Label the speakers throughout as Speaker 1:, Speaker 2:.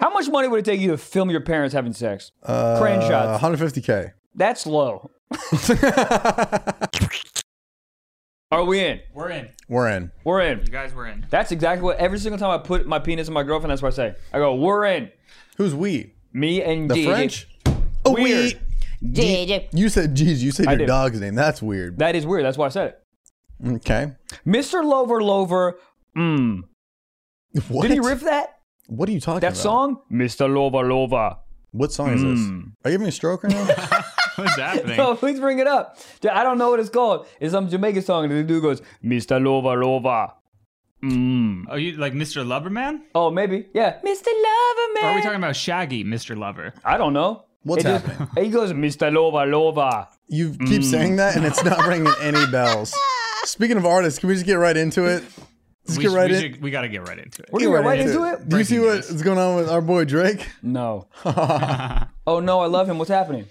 Speaker 1: How much money would it take you to film your parents having sex? Uh, Crane
Speaker 2: Uh,
Speaker 1: shots.
Speaker 2: 150k.
Speaker 1: That's low. Are we in?
Speaker 3: We're in.
Speaker 2: We're in.
Speaker 1: We're in.
Speaker 3: You guys were in.
Speaker 1: That's exactly what every single time I put my penis in my girlfriend, that's what I say. I go, we're in.
Speaker 2: Who's we?
Speaker 1: Me and
Speaker 2: The
Speaker 1: Gigi.
Speaker 2: French? Oh,
Speaker 1: Weird.
Speaker 2: we. You said geez. You said your
Speaker 1: did.
Speaker 2: dog's name. That's weird.
Speaker 1: That is weird. That's why I said it.
Speaker 2: okay.
Speaker 1: Mr. Lover Lover. Mmm.
Speaker 2: What?
Speaker 1: Did he riff that?
Speaker 2: What are you talking
Speaker 1: That
Speaker 2: about?
Speaker 1: song? Hmm. Mr. Lover Lover.
Speaker 2: What song is this? Are you having a stroke right now?
Speaker 3: What's happening?
Speaker 1: No, please bring it up. Dude, I don't know what it's called. It's some Jamaican song, and the dude goes, Mr. Lover Lover. Mmm.
Speaker 3: Are you like Mr. Loverman?
Speaker 1: Oh, maybe. Yeah. Mr. Lover Man.
Speaker 3: Or are we talking about Shaggy, Mr. Lover?
Speaker 1: I don't know.
Speaker 2: What's
Speaker 1: It just-
Speaker 2: happening?
Speaker 1: he goes, Mr. Lover Lover.
Speaker 2: you keep
Speaker 1: Hmm.
Speaker 2: saying that, and it's not ringing any bells. Speaking of artists, can we just get right into it? Just
Speaker 3: we
Speaker 2: get
Speaker 3: should-
Speaker 2: right
Speaker 3: we,
Speaker 2: in.
Speaker 3: should- we gotta get right into it.
Speaker 1: We're going right into it?
Speaker 2: Do you see
Speaker 3: Breaking
Speaker 2: what's
Speaker 3: news.
Speaker 2: going on with our boy Drake?
Speaker 1: No. oh, no, I love him. What's happening?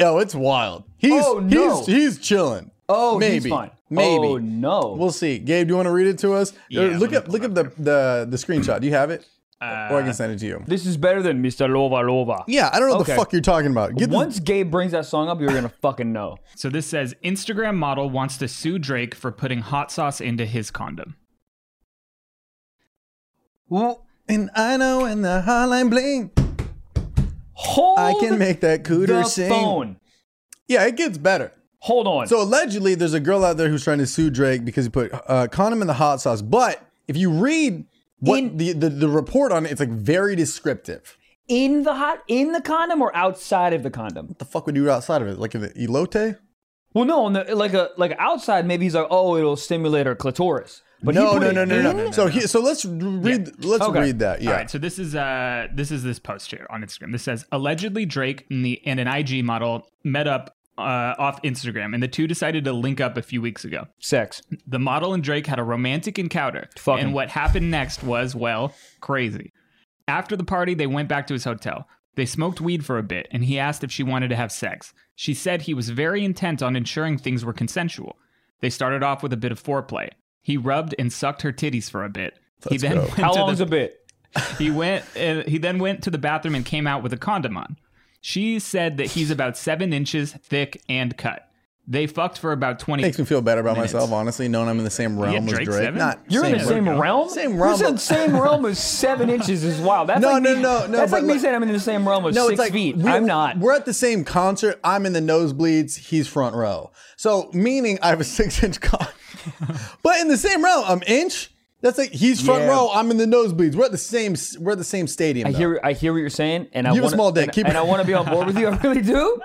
Speaker 2: Yo, it's wild. He's
Speaker 1: Oh, no.
Speaker 2: he's he's chilling.
Speaker 1: Oh, he's
Speaker 2: Maybe.
Speaker 1: fine.
Speaker 2: Maybe.
Speaker 1: Oh, no.
Speaker 2: We'll see. Gabe, do you want to read it to us?
Speaker 3: Yeah,
Speaker 2: Uh,
Speaker 3: let
Speaker 2: look
Speaker 3: me
Speaker 2: up
Speaker 3: pull
Speaker 2: look
Speaker 3: it
Speaker 2: up the, the the screenshot. Do you have it? or I can send it to you.
Speaker 1: this is better than Mr. Lover Lover.
Speaker 2: Yeah, I don't know what
Speaker 1: Okay.
Speaker 2: the fuck you're talking about. Get this-
Speaker 1: Once Gabe brings that song up, you're going to fucking know.
Speaker 3: So this says Instagram model wants to sue Drake for putting hot sauce into his condom.
Speaker 2: and I know in the hotline bling.
Speaker 1: Hold
Speaker 2: I can make that cooter
Speaker 1: the
Speaker 2: sing.
Speaker 1: phone.
Speaker 2: Yeah, it gets better.
Speaker 1: Hold on.
Speaker 2: So allegedly, there's a girl out there who's trying to sue Drake because he put uh, condom in the hot sauce. But if you read what
Speaker 1: In-
Speaker 2: the, the the report on it, it's like very descriptive.
Speaker 1: in the hot in the condom or outside of the condom?
Speaker 2: What the fuck would you do outside of it? Like in the elote?
Speaker 1: Well, no, on the, like a like outside, maybe he's like, oh, it'll stimulate her clitoris. But he
Speaker 2: No,
Speaker 1: put
Speaker 2: no,
Speaker 1: it
Speaker 2: no, no, no,
Speaker 1: in?
Speaker 2: no. So he, so let's read let's
Speaker 1: Okay.
Speaker 2: read that. Yeah.
Speaker 3: All right, so this is uh this is this post here on Instagram. This says allegedly Drake and the and an IG model met up uh, off Instagram, and the two decided to link up a few weeks ago.
Speaker 1: Sex.
Speaker 3: The model and Drake had a romantic encounter,
Speaker 1: Fuck him.
Speaker 3: and what happened next was well crazy. After the party, they went back to his hotel. They smoked weed for a bit, and he asked if she wanted to have sex. She said he was very intent on ensuring things were consensual. They started off with a bit of foreplay. He rubbed and sucked her titties for a bit. he
Speaker 2: Let's
Speaker 3: then
Speaker 2: go.
Speaker 3: went
Speaker 1: How
Speaker 3: to the-
Speaker 1: long's a bit?
Speaker 3: he went. Uh, he then went to the bathroom and came out with a condom on. She said that he's about seven inches thick and cut. They fucked for about twenty.
Speaker 2: Makes me feel better about
Speaker 3: Minutes.
Speaker 2: myself, honestly, knowing I'm in the same realm as
Speaker 3: Drake
Speaker 2: Drake.
Speaker 3: Seven?
Speaker 2: Not
Speaker 1: You're in the same
Speaker 2: realm.
Speaker 1: realm.
Speaker 2: Same
Speaker 1: You
Speaker 2: realm,
Speaker 1: said
Speaker 2: but-
Speaker 1: same realm as seven inches is wild. That's
Speaker 2: No,
Speaker 1: like
Speaker 2: no,
Speaker 1: me,
Speaker 2: no, no,
Speaker 1: That's
Speaker 2: but
Speaker 1: like me
Speaker 2: like-
Speaker 1: saying I'm in the same realm as six feet.
Speaker 2: we-
Speaker 1: I'm not.
Speaker 2: We're at the same concert. I'm in the nosebleeds. He's front row. So meaning I have a six inch con. but in the same row, I'm inch. That's like he's front
Speaker 1: Yeah.
Speaker 2: row. I'm in the nosebleeds. We're at the same. We're at the same stadium.
Speaker 1: I
Speaker 2: though.
Speaker 1: hear I hear what you're saying, and I
Speaker 2: You have a
Speaker 1: wanna,
Speaker 2: small dick.
Speaker 1: and,
Speaker 2: Keep-
Speaker 1: and I want to be on board with you. I really do.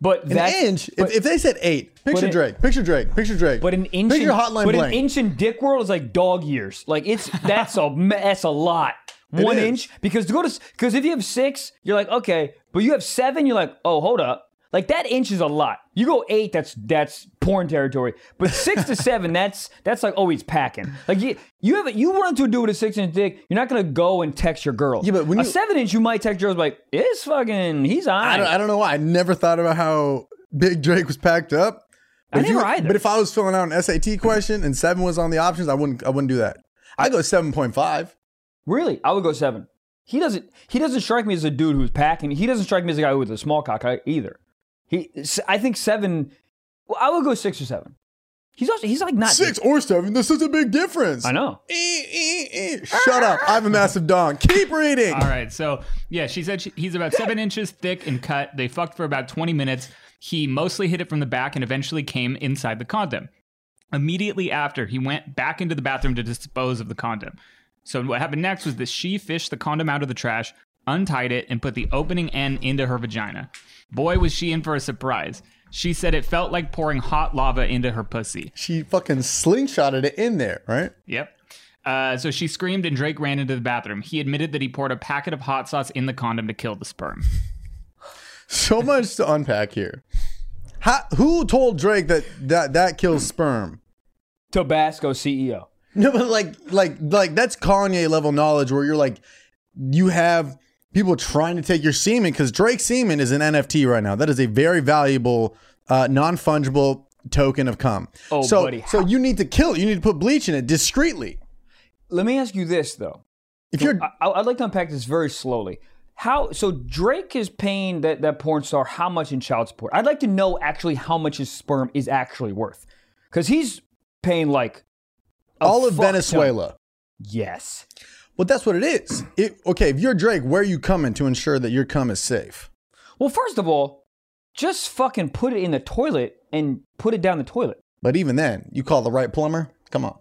Speaker 1: But
Speaker 2: an
Speaker 1: that's
Speaker 2: inch. If-
Speaker 1: but-
Speaker 2: if, they said eight, picture
Speaker 1: it-
Speaker 2: Drake. Picture Drake. Picture Drake.
Speaker 1: But an inch,
Speaker 2: Picture
Speaker 1: in,
Speaker 2: Hotline
Speaker 1: but
Speaker 2: Bling.
Speaker 1: an inch in dick world is like dog years. Like it's that's a me- that's a lot. One
Speaker 2: is.
Speaker 1: inch because to go to because if you have six, you're like okay, but you have seven, you're like oh hold up, like that inch is a lot. You go eight, that's that's porn territory. But six to seven, that's that's like oh he's packing. Like you you have you want to do with a six inch dick, you're not gonna go and text your girl.
Speaker 2: Yeah, but when
Speaker 1: a
Speaker 2: you-
Speaker 1: seven inch, you might text your girl like it's fucking he's on.
Speaker 2: I don't, I don't know why. I never thought about how big Drake was packed up. But if
Speaker 1: never
Speaker 2: you-
Speaker 1: either.
Speaker 2: But if I was filling out an SAT question and seven was on the options, I wouldn't. I wouldn't do that. I go seven point five.
Speaker 1: Really, I would go seven. He doesn't. He doesn't strike me as a dude who's packing. He doesn't strike me as a guy with a small cock either. He, s- I think seven. Well, I would go six or seven. He's also he's like not
Speaker 2: Six or seven. This is a big difference.
Speaker 1: I know.
Speaker 2: Eh, eh, eh. Shut up. I have a massive dong. Keep reading.
Speaker 3: All right. So, yeah, she said she, he's about seven inches thick and cut. They fucked for about 20 minutes. He mostly hit it from the back and eventually came inside the condom. Immediately after, he went back into the bathroom to dispose of the condom. So, what happened next was that she fished the condom out of the trash, untied it, and put the opening end into her vagina. Boy, was she in for a surprise. She said it felt like pouring hot lava into her pussy.
Speaker 2: She fucking slingshotted it in there, right?
Speaker 3: Yep. Uh, so she screamed, and Drake ran into the bathroom. He admitted that he poured a packet of hot sauce in the condom to kill the sperm.
Speaker 2: So much to unpack here. How, who told Drake that that, that kills sperm?
Speaker 1: Tabasco E CEO.
Speaker 2: No, but like, like, like that's Kanye level knowledge where you're like, you have people trying to take your semen because Drake semen is an NFT right now. That is a very valuable, uh, non fungible token of cum.
Speaker 1: Oh,
Speaker 2: so,
Speaker 1: buddy,
Speaker 2: so you need to kill it. You need to put bleach in it discreetly.
Speaker 1: Let me ask you this though:
Speaker 2: If you're
Speaker 1: I, I'd like to unpack this very slowly. How so? Drake is paying that that porn star how much in child support? I'd like to know actually how much his sperm is actually worth, because he's paying like a
Speaker 2: all of
Speaker 1: fuck ton.
Speaker 2: Venezuela,
Speaker 1: Yes,
Speaker 2: well, that's what it is. It, okay, if you're Drake, where are you coming to ensure that your cum is safe?
Speaker 1: Well, first of all, just fucking put it in the toilet and put it down the toilet.
Speaker 2: But even then, you call the right plumber. Come on,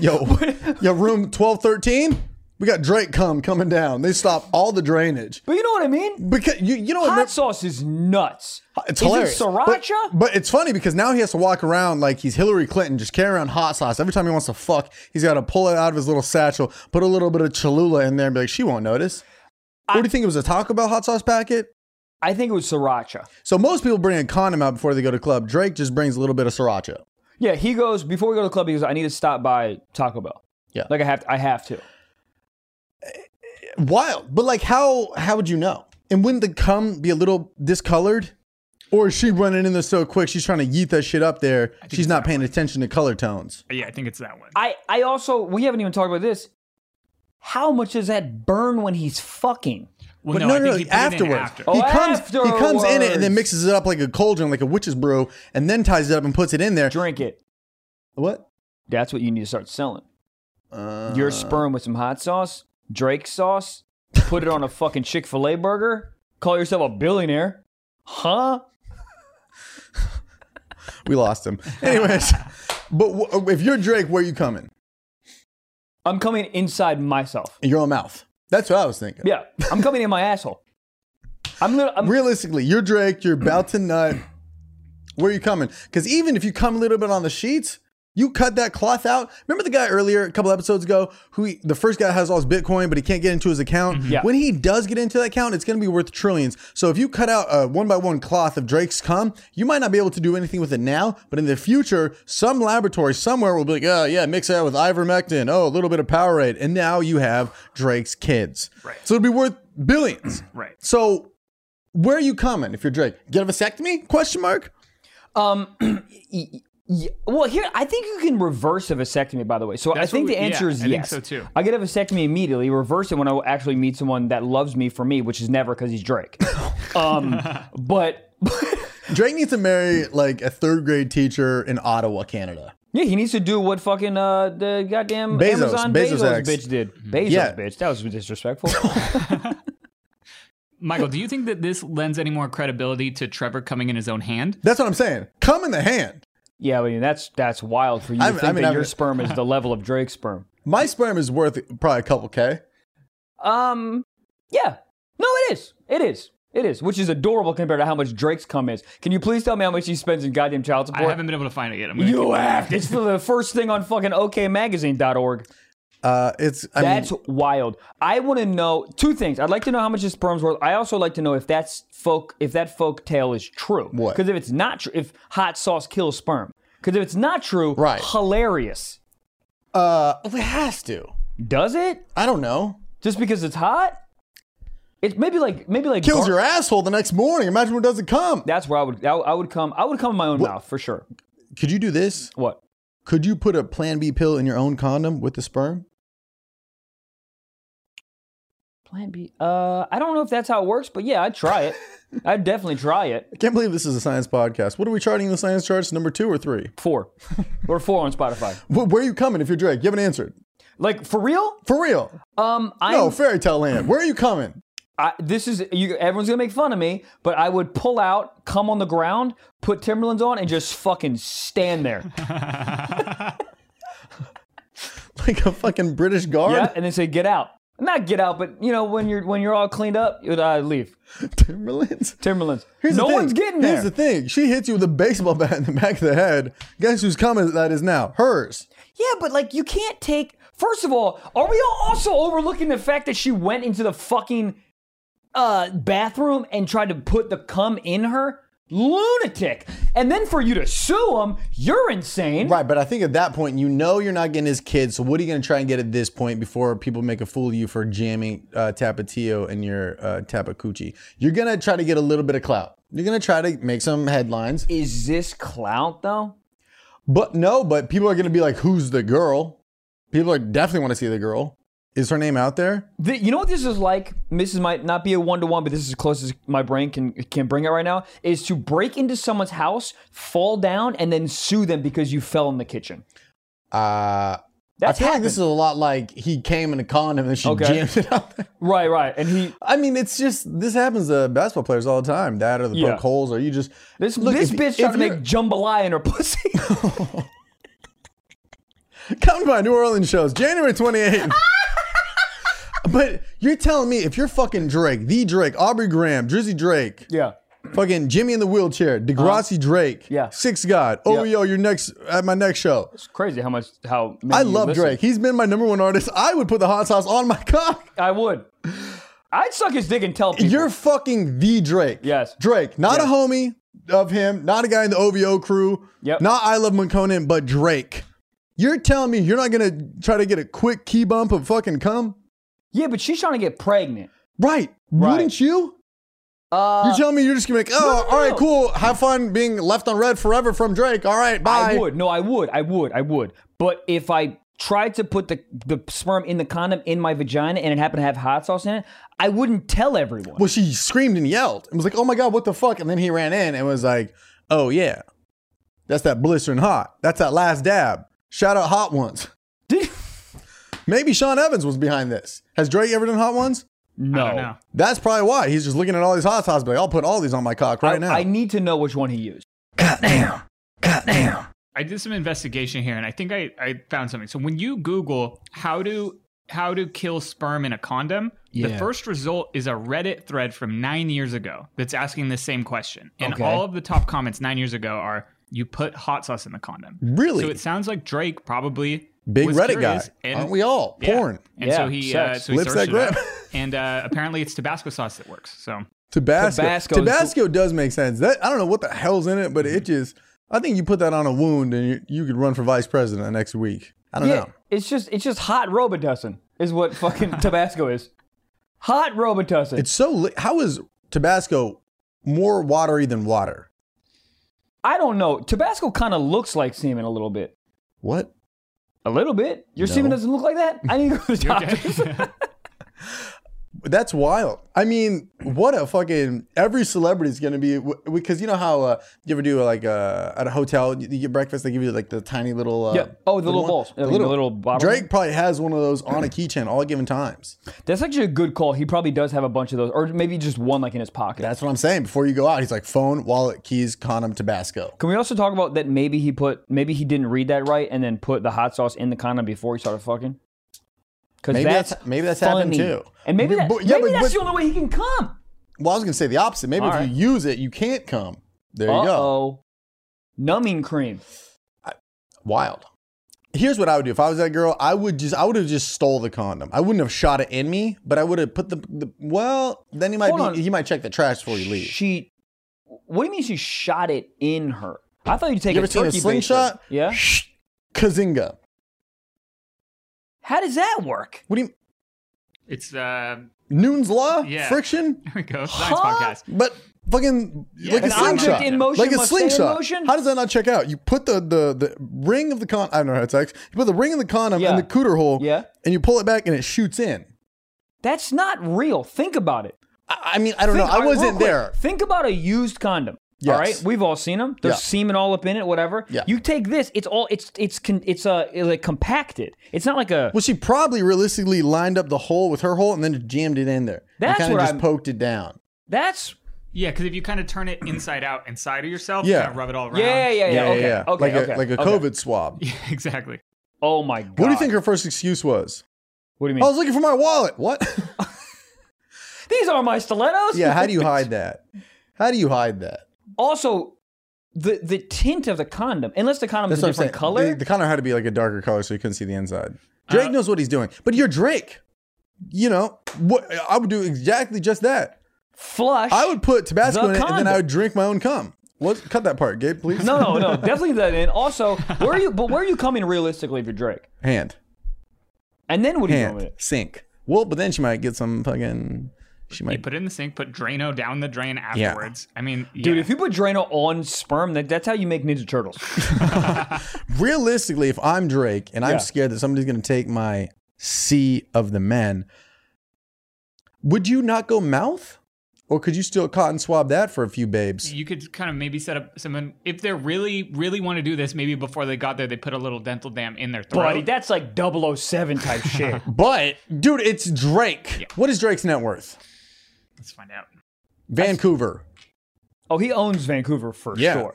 Speaker 2: yo, yo, room twelve thirteen. We got Drake cum coming down. They stop all the drainage
Speaker 1: But you know what I mean?
Speaker 2: because you you know what?
Speaker 1: Hot sauce is nuts.
Speaker 2: It's
Speaker 1: is
Speaker 2: hilarious.
Speaker 1: It sriracha?
Speaker 2: But, but it's funny because now he has to walk around like he's Hillary Clinton, just carry around hot sauce. Every time he wants to fuck, he's got to pull it out of his little satchel, put a little bit of Cholula in there, and be like, she won't notice. what do you think it was a Taco Bell hot sauce packet?
Speaker 1: I think it was sriracha.
Speaker 2: So most people bring a condom out before they go to club. Drake just brings a little bit of sriracha.
Speaker 1: Yeah, he goes before we go to the club. He goes, I need to stop by Taco Bell.
Speaker 2: Yeah.
Speaker 1: like I have, I have to.
Speaker 2: Wild, but like how how would you know? And wouldn't the cum be a little discolored? Or is she running in there so quick? She's trying to yeet that shit up there. She's not paying attention to color tones.
Speaker 3: Yeah, I think it's that one.
Speaker 1: I, I also, we haven't even talked about this. How much does that burn when he's fucking?
Speaker 3: Well,
Speaker 2: But
Speaker 3: no,
Speaker 2: no,
Speaker 3: I
Speaker 2: no, no,
Speaker 3: think he put it in
Speaker 2: afterwards.
Speaker 3: after.
Speaker 1: Oh,
Speaker 2: He comes he comes in it and then
Speaker 1: afterwards.
Speaker 2: mixes it up like a cauldron, like a witch's brew, and then ties it up and puts it in there.
Speaker 1: Drink it.
Speaker 2: What?
Speaker 1: That's what you need to start selling.
Speaker 2: Uh,
Speaker 1: Your sperm with some hot sauce, Drake sauce. Put it on a fucking Chick Fil A burger. Call yourself a billionaire, huh?
Speaker 2: we lost him. Anyways, but w- if you're Drake, where you coming?
Speaker 1: I'm coming inside myself.
Speaker 2: In your own mouth. That's what I was thinking.
Speaker 1: Yeah, I'm coming in my asshole. I'm gonna. I'm,
Speaker 2: Realistically, you're Drake. You're about to nut. Where you coming? Because even if you come a little bit on the sheets, you cut that cloth out. Remember the guy earlier, a couple episodes ago, who he, the first guy has all his Bitcoin, but he can't get into his account.
Speaker 1: Mm-hmm. Yeah.
Speaker 2: When he does get into that account, it's going to be worth trillions. So if you cut out a one by one cloth of Drake's cum, you might not be able to do anything with it now, but in the future, some laboratory somewhere will be like, oh yeah, mix it out with ivermectin. Oh, a little bit of Powerade, and now you have Drake's kids.
Speaker 3: Right.
Speaker 2: So it'll be worth billions.
Speaker 3: Right.
Speaker 2: So where are you coming if you're Drake? Get a vasectomy? Question mark.
Speaker 1: Um, y- y- well, here I think you can reverse a vasectomy. By the way, so I
Speaker 3: That's
Speaker 1: think
Speaker 3: what we-
Speaker 1: the answer
Speaker 3: yeah,
Speaker 1: is
Speaker 3: I think
Speaker 1: yes.
Speaker 3: so, too.
Speaker 1: I get a vasectomy immediately, reverse it when I actually meet someone that loves me for me, which is never because he's Drake. um, but
Speaker 2: Drake needs to marry like a third grade teacher in Ottawa, Canada.
Speaker 1: yeah, he needs to do what fucking uh the goddamn
Speaker 2: Bezos,
Speaker 1: Amazon
Speaker 2: Bezos
Speaker 1: Bezos,
Speaker 2: ex.
Speaker 1: bitch did. Bezos
Speaker 3: Mhm.
Speaker 2: Yeah.
Speaker 1: bitch, that was disrespectful.
Speaker 3: Michael, do you think that this lends any more credibility to Trevor coming in his own hand?
Speaker 2: That's what I'm saying. Come in the hand.
Speaker 1: yeah, I mean that's that's wild for you to
Speaker 2: I- I
Speaker 1: think
Speaker 2: mean,
Speaker 1: that
Speaker 2: I-
Speaker 1: your sperm is the level of Drake's sperm.
Speaker 2: My sperm is worth probably a couple K.
Speaker 1: Um, yeah. No, it is. It is. It is, which is adorable compared to how much Drake's cum is. Can you please tell me how much he spends in goddamn child
Speaker 3: I
Speaker 1: support?
Speaker 3: haven't been able to find it yet. I'm gonna
Speaker 1: You
Speaker 3: keep-
Speaker 1: have. to. It's the the first thing on fucking okmagazine.org.
Speaker 2: Uh, it's I
Speaker 1: That's
Speaker 2: mean,
Speaker 1: wild. I want to know two things. I'd like to know how much his sperm's worth. I also like to know if that's folk if that folk tale is true.
Speaker 2: What?
Speaker 1: Because if it's not true, if hot sauce kills sperm. Because if it's not true,
Speaker 2: Right.
Speaker 1: hilarious.
Speaker 2: uh, it has to.
Speaker 1: Does it?
Speaker 2: I don't know.
Speaker 1: Just because it's hot? It's maybe like maybe like
Speaker 2: Kills
Speaker 1: gar-
Speaker 2: your asshole the next morning. Imagine when it doesn't come.
Speaker 1: That's where I would I, I would come I would come in my own mouth for sure.
Speaker 2: Could you do this?
Speaker 1: What?
Speaker 2: Could you put a Plan B pill in your own condom with the sperm?
Speaker 1: Plan B. Uh, I don't know if that's how it works, but yeah, I'd try it. I'd definitely try it.
Speaker 2: I can't believe this is a science podcast. What are we charting the science charts? Number two or three?
Speaker 1: Four. We're four on Spotify.
Speaker 2: Wh- Where are you coming if you're Drake? You haven't answered.
Speaker 1: Like for real?
Speaker 2: For real.
Speaker 1: Um, I'm,
Speaker 2: No, fairy tale land. Where are you coming?
Speaker 1: I this is you. Everyone's gonna make fun of me, but I would pull out, come on the ground, put Timberlands on, and just fucking stand there.
Speaker 2: like a fucking British guard.
Speaker 1: Yeah, and then say get out. Not get out, but you know when you're when you're all cleaned up, you'd uh, leave
Speaker 2: Timberlands.
Speaker 1: Timberlands.
Speaker 2: Here's
Speaker 1: no
Speaker 2: the thing.
Speaker 1: one's getting there.
Speaker 2: Here's the thing. She hits you with a baseball bat in the back of the head. Guess whose comment that is now? Hers.
Speaker 1: Yeah, but like you can't take. First of all, are we all also overlooking the fact that she went into the fucking uh, bathroom and tried to put the cum in her? Lunatic! And then for you to sue him, you're insane.
Speaker 2: Right, but I think at that point you know you're not getting his kid. So what are you gonna try and get at this point before people make a fool of you for jamming uh, Tapatio and your uh, Tapacucci? You're gonna try to get a little bit of clout. You're gonna try to make some headlines.
Speaker 1: Is this clout though?
Speaker 2: But no, but people are gonna be like, "Who's the girl?" People are definitely want to see the girl. Is her name out there?
Speaker 1: The- you know what this is like? This is might not be a one to one, but this is as close as my brain can can bring it right now. Is to break into someone's house, fall down, and then sue them because you fell in the kitchen.
Speaker 2: Uh,
Speaker 1: That's
Speaker 2: I feel like
Speaker 1: happened.
Speaker 2: this is a lot like he came in a condom and she
Speaker 1: Okay.
Speaker 2: jammed it out there.
Speaker 1: right, right. And he
Speaker 2: I mean, it's just this happens to basketball players all the time. That or the
Speaker 1: Yeah.
Speaker 2: poke holes, or you just
Speaker 1: this
Speaker 2: Look,
Speaker 1: this
Speaker 2: if-
Speaker 1: bitch
Speaker 2: if
Speaker 1: tried to make
Speaker 2: you're-
Speaker 1: jambalaya in her pussy.
Speaker 2: come to my New Orleans shows January 28th. but you're telling me if you're fucking Drake, the Drake, Aubrey Graham, Drizzy Drake,
Speaker 1: yeah.
Speaker 2: fucking Jimmy in the wheelchair, Degrassi Drake,
Speaker 1: Yeah.
Speaker 2: Six God, oh
Speaker 1: Yeah.
Speaker 2: yo, you're next at my next show.
Speaker 1: It's crazy how much how many
Speaker 2: I
Speaker 1: you
Speaker 2: love
Speaker 1: listen.
Speaker 2: Drake. He's been my number one artist. I would put the hot sauce on my cock.
Speaker 1: I would. I'd suck his dick and tell people.
Speaker 2: You're fucking the Drake.
Speaker 1: Yes.
Speaker 2: Drake, not a
Speaker 1: Yes.
Speaker 2: homie of him, not a guy in the OVO crew,
Speaker 1: Yep.
Speaker 2: not I Love McConan, but Drake. You're telling me you're not gonna try to get a quick key bump of fucking cum?
Speaker 1: yeah, but she's trying to get pregnant.
Speaker 2: Right.
Speaker 1: Right.
Speaker 2: Wouldn't you?
Speaker 1: Uh,
Speaker 2: You're telling me you're just gonna be like, oh,
Speaker 1: no,
Speaker 2: all right,
Speaker 1: no.
Speaker 2: cool. Have fun being left on red forever from Drake. All right, bye.
Speaker 1: I would. No, I would. I would. I would. But if I tried to put the, the sperm in the condom in my vagina and it happened to have hot sauce in it, I wouldn't tell everyone.
Speaker 2: Well, she screamed and yelled and was like, oh my God, what the fuck? And then he ran in and was like, oh yeah, that's that blistering hot. That's that last dab. Shout out Hot Ones.
Speaker 1: Did-
Speaker 2: Maybe Sean Evans was behind this. Has Drake ever done Hot Ones?
Speaker 1: no.
Speaker 3: don't know.
Speaker 2: That's probably why he's just looking at all these hot sauces. But I'll put all these on my cock right
Speaker 1: I,
Speaker 2: now.
Speaker 1: I need to know which one he used.
Speaker 3: I did some investigation here, and I think I, I found something. So when you Google how to how to kill sperm in a condom, the
Speaker 1: Yeah.
Speaker 3: first result is a Reddit thread from nine years ago that's asking the same question, and
Speaker 1: Okay.
Speaker 3: all of the top comments nine years ago are "You put hot sauce in the condom."
Speaker 2: really
Speaker 3: So it sounds like Drake probably
Speaker 2: big
Speaker 3: was
Speaker 2: Reddit guy.
Speaker 3: curious and-
Speaker 2: Aren't we all
Speaker 3: Yeah.
Speaker 2: porn?
Speaker 3: And
Speaker 1: Yeah,
Speaker 3: so he uh,
Speaker 1: sex.
Speaker 3: so he
Speaker 2: Lips
Speaker 3: searched
Speaker 2: that
Speaker 3: it up.
Speaker 2: grip.
Speaker 3: and uh, apparently it's Tabasco sauce that works. So
Speaker 2: Tabasco. Tabasco,
Speaker 1: Tabasco's-
Speaker 2: does make sense. That I don't know what the hell's in it, but
Speaker 3: Mm-hmm.
Speaker 2: it just. I think you put that on a wound and you, you could run for vice president next week. I don't know.
Speaker 1: It's just it's just hot Robitussin is what fucking Tabasco is. Hot Robitussin.
Speaker 2: It's so. Li- how is Tabasco more watery than water?
Speaker 1: I don't know. Tabasco kind of looks like semen a little bit.
Speaker 2: What?
Speaker 1: A little bit. Your semen doesn't look like that. I need to go to the doctor.
Speaker 3: okay.
Speaker 2: That's wild. I mean, what a fucking every celebrity's gonna be because you know how uh, you ever do like uh, at a hotel you you get breakfast they give you like the tiny little uh,
Speaker 1: Yeah. Oh, the little
Speaker 2: one-
Speaker 1: balls.
Speaker 2: the
Speaker 1: Yeah, the
Speaker 2: little,
Speaker 1: little bottle.
Speaker 2: Drake probably has one of those on a keychain all given times.
Speaker 1: That's actually a good call. He probably does have a bunch of those, or maybe just one like in his pocket.
Speaker 2: That's what I'm saying. Before you go out, he's like phone, wallet, keys, condom, Tabasco.
Speaker 1: Can we also talk about that? Maybe he put, maybe he didn't read that right, and then put the hot sauce in the condom before he started fucking. Because
Speaker 2: Maybe
Speaker 1: that's,
Speaker 2: that's- maybe that's happened
Speaker 1: funny.
Speaker 2: too.
Speaker 1: and maybe that,
Speaker 2: But- yeah,
Speaker 1: maybe
Speaker 2: but-
Speaker 1: that's
Speaker 2: but-
Speaker 1: the only way he can come.
Speaker 2: Well, I was gonna say the opposite. Maybe
Speaker 1: All
Speaker 2: if
Speaker 1: right.
Speaker 2: you use it, you can't come. There you
Speaker 1: Uh
Speaker 2: go.
Speaker 1: oh, numbing cream.
Speaker 2: Wild. Here's what I would do if I was that girl. I would just I would have just stole the condom. I wouldn't have shot it in me, but I would have put the, the well. Then he might
Speaker 1: Hold
Speaker 2: be
Speaker 1: on.
Speaker 2: he might check the trash before you leave.
Speaker 1: She, what do you mean she shot it in her? I thought you'd take
Speaker 2: You
Speaker 1: a
Speaker 2: ever seen a
Speaker 1: turkey
Speaker 2: slingshot?
Speaker 1: baster. Yeah.
Speaker 2: Kazinga.
Speaker 1: How does that work?
Speaker 2: What do you
Speaker 3: it's uh,
Speaker 2: Noon's law?
Speaker 3: Yeah.
Speaker 2: Friction?
Speaker 3: there we go. Science
Speaker 1: Huh?
Speaker 3: podcast.
Speaker 2: But fucking
Speaker 3: Yeah.
Speaker 2: like a
Speaker 3: An object
Speaker 2: slingshot.
Speaker 3: in
Speaker 1: motion
Speaker 2: like a
Speaker 1: must stay in
Speaker 2: slingshot.
Speaker 1: motion?
Speaker 2: How does that not check out? You put the the, the ring of the con I don't know how it's actually you put the ring in the condom
Speaker 1: Yeah.
Speaker 2: and the cooter hole
Speaker 1: Yeah.
Speaker 2: and you pull it back and it shoots in.
Speaker 1: That's not real. Think about it.
Speaker 2: I, I mean, I don't
Speaker 1: Think-
Speaker 2: know. I
Speaker 1: all right, real
Speaker 2: wasn't
Speaker 1: quick.
Speaker 2: there.
Speaker 1: Think about a used condom.
Speaker 2: Yes.
Speaker 1: All right, we've all seen them. There's
Speaker 2: Yeah.
Speaker 1: semen all up in it, whatever.
Speaker 2: Yeah.
Speaker 1: You take this, it's all it's it's con, it's uh it's like compacted. It's not like a
Speaker 2: Well, she probably realistically lined up the hole with her hole and then jammed it in there.
Speaker 1: That's
Speaker 2: kind of
Speaker 1: what
Speaker 2: just
Speaker 1: I'm-
Speaker 2: poked it down.
Speaker 1: that's
Speaker 3: Yeah, because if you kind of turn it inside out inside of yourself,
Speaker 2: Yeah.
Speaker 3: kind of rub it all around.
Speaker 1: yeah yeah yeah, okay okay
Speaker 2: like
Speaker 1: okay
Speaker 2: a like a
Speaker 1: okay.
Speaker 2: COVID swab.
Speaker 3: Yeah, exactly.
Speaker 1: Oh my god.
Speaker 2: What do you think her Oh. first excuse was?
Speaker 1: What do you
Speaker 2: I
Speaker 1: mean?
Speaker 2: was looking for my wallet. What?
Speaker 1: These are my stilettos.
Speaker 2: yeah, how do you hide that? How do you hide that?
Speaker 1: Also, the the tint of the condom, unless the condom is a different color.
Speaker 2: The, the condom had to be like a darker color so you couldn't see the inside. Drake
Speaker 3: Uh,
Speaker 2: knows what he's doing, but you're Drake. You know what? I would do exactly just that.
Speaker 1: flush.
Speaker 2: I would put Tabasco
Speaker 1: The
Speaker 2: in it, and then I
Speaker 1: condom.
Speaker 2: would drink my own cum. What? Cut that part, Gabe, please.
Speaker 1: No no no. definitely that in. Also, where are you? But where are you coming realistically if you're Drake?
Speaker 2: Hand,
Speaker 1: And then what are you doing with
Speaker 2: hand,
Speaker 1: it?
Speaker 2: sink. Well, but then she might get some fucking. She
Speaker 3: You
Speaker 2: might.
Speaker 3: put it in the sink, put Drano down the drain afterwards. I mean,
Speaker 1: Dude,
Speaker 3: yeah.
Speaker 1: if you put Drano on sperm, that, that's how you make Ninja Turtles.
Speaker 2: Realistically, if I'm Drake and I'm
Speaker 1: Yeah.
Speaker 2: scared that somebody's going to take my sea of the men. Would you not go mouth? Or could you still cotton swab that for a few babes?
Speaker 3: You could kind of maybe set up someone if they really, really want to do this. Maybe before they got there, they put a little dental dam in their throat.
Speaker 1: Buddy, that's like 007 type shit.
Speaker 2: But, dude, it's Drake. What is Drake's net worth?
Speaker 3: Let's find out.
Speaker 2: Vancouver.
Speaker 1: Oh, he owns Vancouver for
Speaker 2: Yeah.
Speaker 1: sure.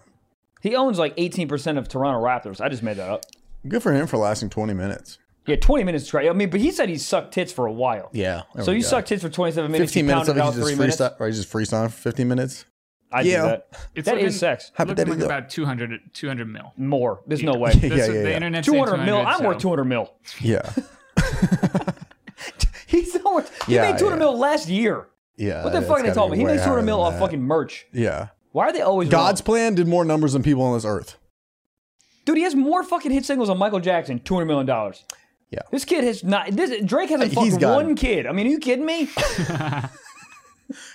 Speaker 1: He owns like 18% of Toronto Raptors. I just made that up.
Speaker 2: Good for him for lasting 20 minutes.
Speaker 1: Yeah, 20 minutes to try. I mean, but he said he sucked tits for a while.
Speaker 2: Yeah. there
Speaker 1: So
Speaker 2: we
Speaker 1: you
Speaker 2: go.
Speaker 1: sucked tits for 27 minutes.
Speaker 2: 15
Speaker 1: you
Speaker 2: minutes of
Speaker 1: pounded
Speaker 2: it,
Speaker 1: out
Speaker 2: he's just
Speaker 1: three minutes.
Speaker 2: freestyle, or he's just freestyling for 15 minutes?
Speaker 1: I did
Speaker 2: Yeah.
Speaker 1: that.
Speaker 3: It's
Speaker 1: That
Speaker 3: looking,
Speaker 1: is sex.
Speaker 2: How about
Speaker 3: Looking
Speaker 2: that
Speaker 3: like
Speaker 2: is-
Speaker 3: about 200, 200 mil.
Speaker 1: More. There's no way.
Speaker 2: Yeah,
Speaker 3: That's
Speaker 2: yeah,
Speaker 3: what The
Speaker 2: yeah.
Speaker 3: internet
Speaker 1: 200 mil. I'm
Speaker 3: so.
Speaker 1: worth 200 mil.
Speaker 2: Yeah.
Speaker 1: He's not worth. He
Speaker 2: Yeah,
Speaker 1: made 200
Speaker 2: yeah.
Speaker 1: mil last year.
Speaker 2: Yeah.
Speaker 1: What the
Speaker 2: that's
Speaker 1: fuck they
Speaker 2: gotta
Speaker 1: told
Speaker 2: be
Speaker 1: me? He
Speaker 2: way
Speaker 1: made 200
Speaker 2: higher
Speaker 1: mil
Speaker 2: than
Speaker 1: off
Speaker 2: that.
Speaker 1: fucking merch.
Speaker 2: Yeah.
Speaker 1: Why are they always
Speaker 2: God's
Speaker 1: wrong?
Speaker 2: plan did more numbers than people on this earth.
Speaker 1: dude? He has more fucking hit singles on Michael Jackson. 200 million dollars.
Speaker 2: Yeah.
Speaker 1: This kid has not. This Drake hasn't
Speaker 2: He's
Speaker 1: fucked
Speaker 2: got
Speaker 1: one
Speaker 2: it.
Speaker 1: kid. I mean, are you kidding me?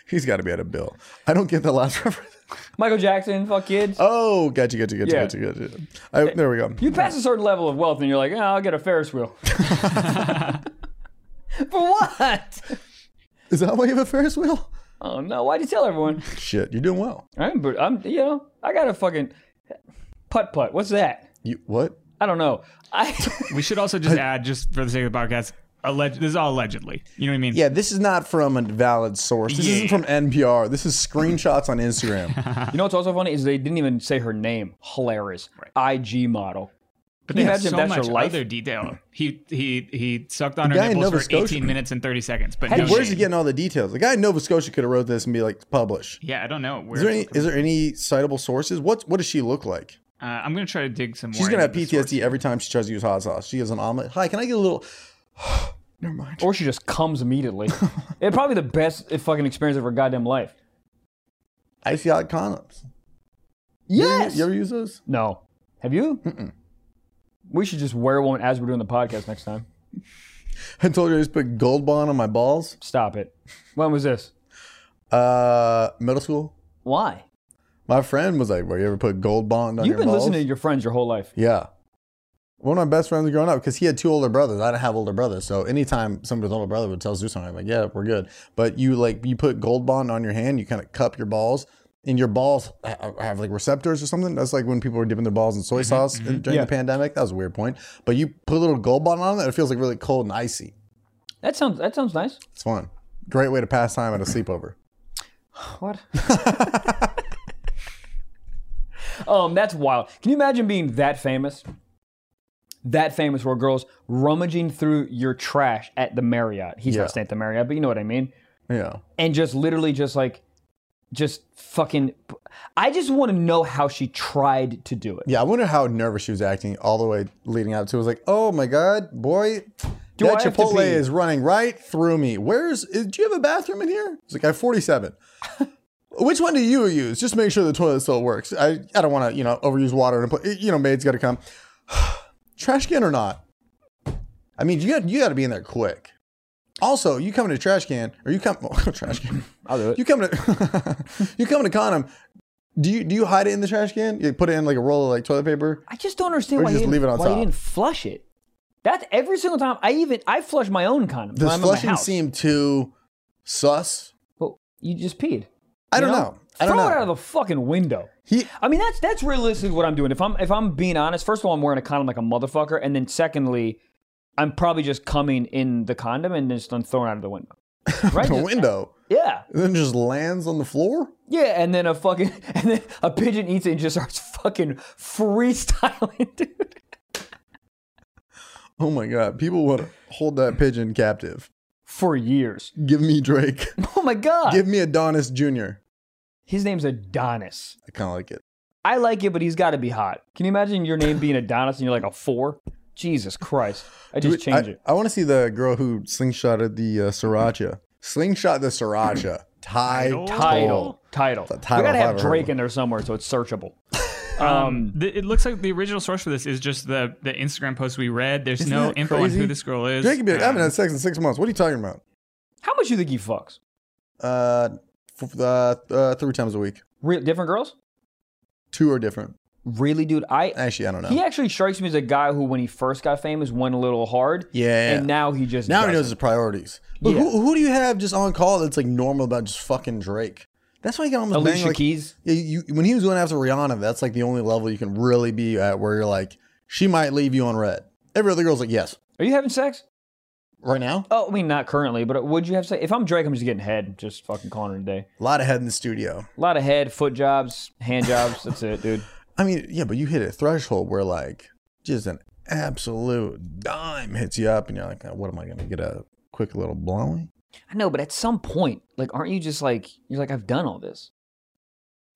Speaker 2: He's got to be at a bill. I don't get the last reference.
Speaker 1: Michael Jackson, fuck kids.
Speaker 2: Oh, gotcha, gotcha, gotcha,
Speaker 1: Yeah.
Speaker 2: gotcha, gotcha. I, there we go.
Speaker 1: You pass a certain level of wealth and you're like, oh, I'll get a Ferris wheel. For what?
Speaker 2: Is that why you have a Ferris wheel?
Speaker 1: Oh no, why'd you tell everyone?
Speaker 2: Shit, you're doing well.
Speaker 1: I'm, but I'm, you know, I got a fucking putt putt. What's that?
Speaker 2: You what?
Speaker 1: I don't know. I
Speaker 3: We should also just add, just for the sake of the podcast, alleged. This is all allegedly. You know what I mean?
Speaker 2: Yeah, this is not from a valid source. This
Speaker 3: Yeah.
Speaker 2: isn't from NPR. This is screenshots on Instagram.
Speaker 1: You know what's also funny is they didn't even say her name. Hilarious. IG model.
Speaker 3: But
Speaker 1: Can you
Speaker 3: they have
Speaker 1: imagine
Speaker 3: so
Speaker 1: that's
Speaker 3: much
Speaker 1: her life?
Speaker 3: other detail. He he he sucked on
Speaker 2: guy
Speaker 3: her
Speaker 2: in
Speaker 3: nipples
Speaker 2: Nova
Speaker 3: for
Speaker 2: Scotia.
Speaker 3: 18 minutes and 30 seconds. But
Speaker 1: Hey,
Speaker 3: no
Speaker 2: Where's he
Speaker 3: shame.
Speaker 2: getting all the details? The guy in Nova Scotia could have wrote this and be like, publish.
Speaker 3: Yeah, I don't know. Where,
Speaker 2: Is there any is there any citable sources? What what does she look like?
Speaker 3: uh, I'm gonna try to dig some
Speaker 2: She's
Speaker 3: more.
Speaker 2: gonna have
Speaker 3: into this source.
Speaker 2: PTSD every time she tries to use hot sauce. She has an omelet. Hi, can I get a little? Never mind.
Speaker 1: Or she just comes immediately. it's probably the best fucking experience of her goddamn life.
Speaker 2: Icy hot condoms.
Speaker 1: Yes.
Speaker 2: You ever use those?
Speaker 1: no. Have you? We should just wear one as we're doing the podcast next time.
Speaker 2: I told you I just put gold bond on my balls.
Speaker 1: Stop it. When was this?
Speaker 2: Uh, middle school.
Speaker 1: Why?
Speaker 2: My friend was like, "Well, you ever put gold bond on
Speaker 1: You've
Speaker 2: your
Speaker 1: been
Speaker 2: balls?"
Speaker 1: listening to your friends your whole life.
Speaker 2: yeah. One of my best friends growing up, because he had two older brothers. I didn't have older brothers, so anytime somebody's older brother would tell us to do something, I'm like, "Yeah, we're good." But you like you put gold bond on your hand, you kind of cup your balls, and your balls ha- have like receptors or something. That's like when people were dipping their balls in soy sauce during
Speaker 1: Mm-hmm, Yeah.
Speaker 2: the pandemic. That was a weird point. But you put a little gold bond on it, it feels like really cold and icy.
Speaker 1: That sounds that sounds nice.
Speaker 2: It's fun. Great way to pass time at a sleepover.
Speaker 1: What? um, that's wild. Can you imagine being that famous? That famous where girls rummaging through your trash at the Marriott. He's
Speaker 2: Yeah.
Speaker 1: not staying at the Marriott, but you know what I mean.
Speaker 2: Yeah.
Speaker 1: And just literally just like just fucking I just want to know how she tried to do it.
Speaker 2: Yeah, I wonder how nervous she was acting all the way leading up to. It It was like, oh my god, boy,
Speaker 1: I
Speaker 2: that
Speaker 1: have to
Speaker 2: Chipotle
Speaker 1: pee?
Speaker 2: is running right through me. Where's? Is, do you have a bathroom in here? It's like I have forty-seven. Which one do you use? Just make sure the toilet still works. I, I don't want to you know overuse water and put you know maid's got to come. trash can or not? I mean, you got you got to be in there quick. Also, you come in a trash can or you come oh, trash can.
Speaker 1: I'll do it.
Speaker 2: You come to you come to condom. Do you do you hide it in the trash can? You put it in like a roll of like toilet paper.
Speaker 1: I just don't understand
Speaker 2: Or
Speaker 1: why you
Speaker 2: just
Speaker 1: didn't,
Speaker 2: leave it on
Speaker 1: why you
Speaker 2: top.
Speaker 1: didn't flush it. That's every single time I even I flush my own condom.
Speaker 2: Does
Speaker 1: when I'm in my
Speaker 2: flushing
Speaker 1: house.
Speaker 2: seem too sus?
Speaker 1: Well, you just peed.
Speaker 2: I
Speaker 1: You
Speaker 2: don't know. I don't
Speaker 1: Throw it
Speaker 2: know.
Speaker 1: out of the fucking window.
Speaker 2: He-
Speaker 1: I mean, that's that's realistically what I'm doing. If I'm if I'm being honest, first of all, I'm wearing a condom like a motherfucker, and then secondly, I'm probably just coming in the condom and just I'm thrown out of the window. Right?
Speaker 2: the
Speaker 1: Just-
Speaker 2: window,
Speaker 1: Yeah,
Speaker 2: and then just lands on the floor.
Speaker 1: yeah, and then a fucking and then a pigeon eats it and just starts fucking freestyling, dude.
Speaker 2: Oh my god! People would hold that pigeon captive.
Speaker 1: For years.
Speaker 2: Give me Drake.
Speaker 1: Oh my god.
Speaker 2: Give me Adonis Jr.
Speaker 1: His name's Adonis.
Speaker 2: I kind of like it.
Speaker 1: I like it, but he's got to be hot. Can you imagine your name being Adonis and you're like a four? Jesus Christ! I just
Speaker 2: Dude,
Speaker 1: change
Speaker 2: I,
Speaker 1: it.
Speaker 2: I want to see the girl who slingshotted the uh, sriracha. Slingshot the sriracha. Ty
Speaker 3: Title?
Speaker 1: Title. Title.
Speaker 2: title
Speaker 1: we gotta
Speaker 2: if
Speaker 1: have
Speaker 2: I ever heard
Speaker 1: Drake
Speaker 2: one.
Speaker 1: in there somewhere so it's searchable.
Speaker 3: Um, the, it looks like the original source for this is just the the Instagram post we read. There's
Speaker 2: Isn't
Speaker 3: no
Speaker 2: that
Speaker 3: info
Speaker 2: crazy?
Speaker 3: on who this girl is.
Speaker 2: Drake could be like, I
Speaker 3: Um,
Speaker 2: haven't had sex in six months. What are you talking about?
Speaker 1: How much you think he fucks?
Speaker 2: Uh, f- uh, uh, three times a week.
Speaker 1: Real different girls?
Speaker 2: Two are different.
Speaker 1: Really, dude, I
Speaker 2: Actually, I don't know.
Speaker 1: he actually strikes me as a guy who, when he first got famous, went a little hard.
Speaker 2: Yeah.
Speaker 1: and now he just
Speaker 2: now he knows
Speaker 1: doesn't.
Speaker 2: his priorities. But
Speaker 1: Yeah.
Speaker 2: who, who do you have just on call that's like normal about just fucking Drake? That's why he got on the
Speaker 1: Alicia
Speaker 2: bang, like,
Speaker 1: Keys.
Speaker 2: Yeah, you, when he was going after Rihanna, that's like the only level you can really be at where you're like, she might leave you on red. Every other girl's like, yes.
Speaker 1: Are you having sex?
Speaker 2: Right now,
Speaker 1: Oh, I mean, not currently, but would you have sex? If I'm Drake, I'm just getting head. Just fucking calling it a day.
Speaker 2: a lot of head in the studio.
Speaker 1: A lot of head, foot jobs, hand jobs. that's it, dude.
Speaker 2: I mean, yeah, but you hit a threshold where like just an absolute dime hits you up, and you're like, "Oh, what am I going to get a quick little blowing?
Speaker 1: I know, but at some point, like, aren't you just like you're like I've done all this?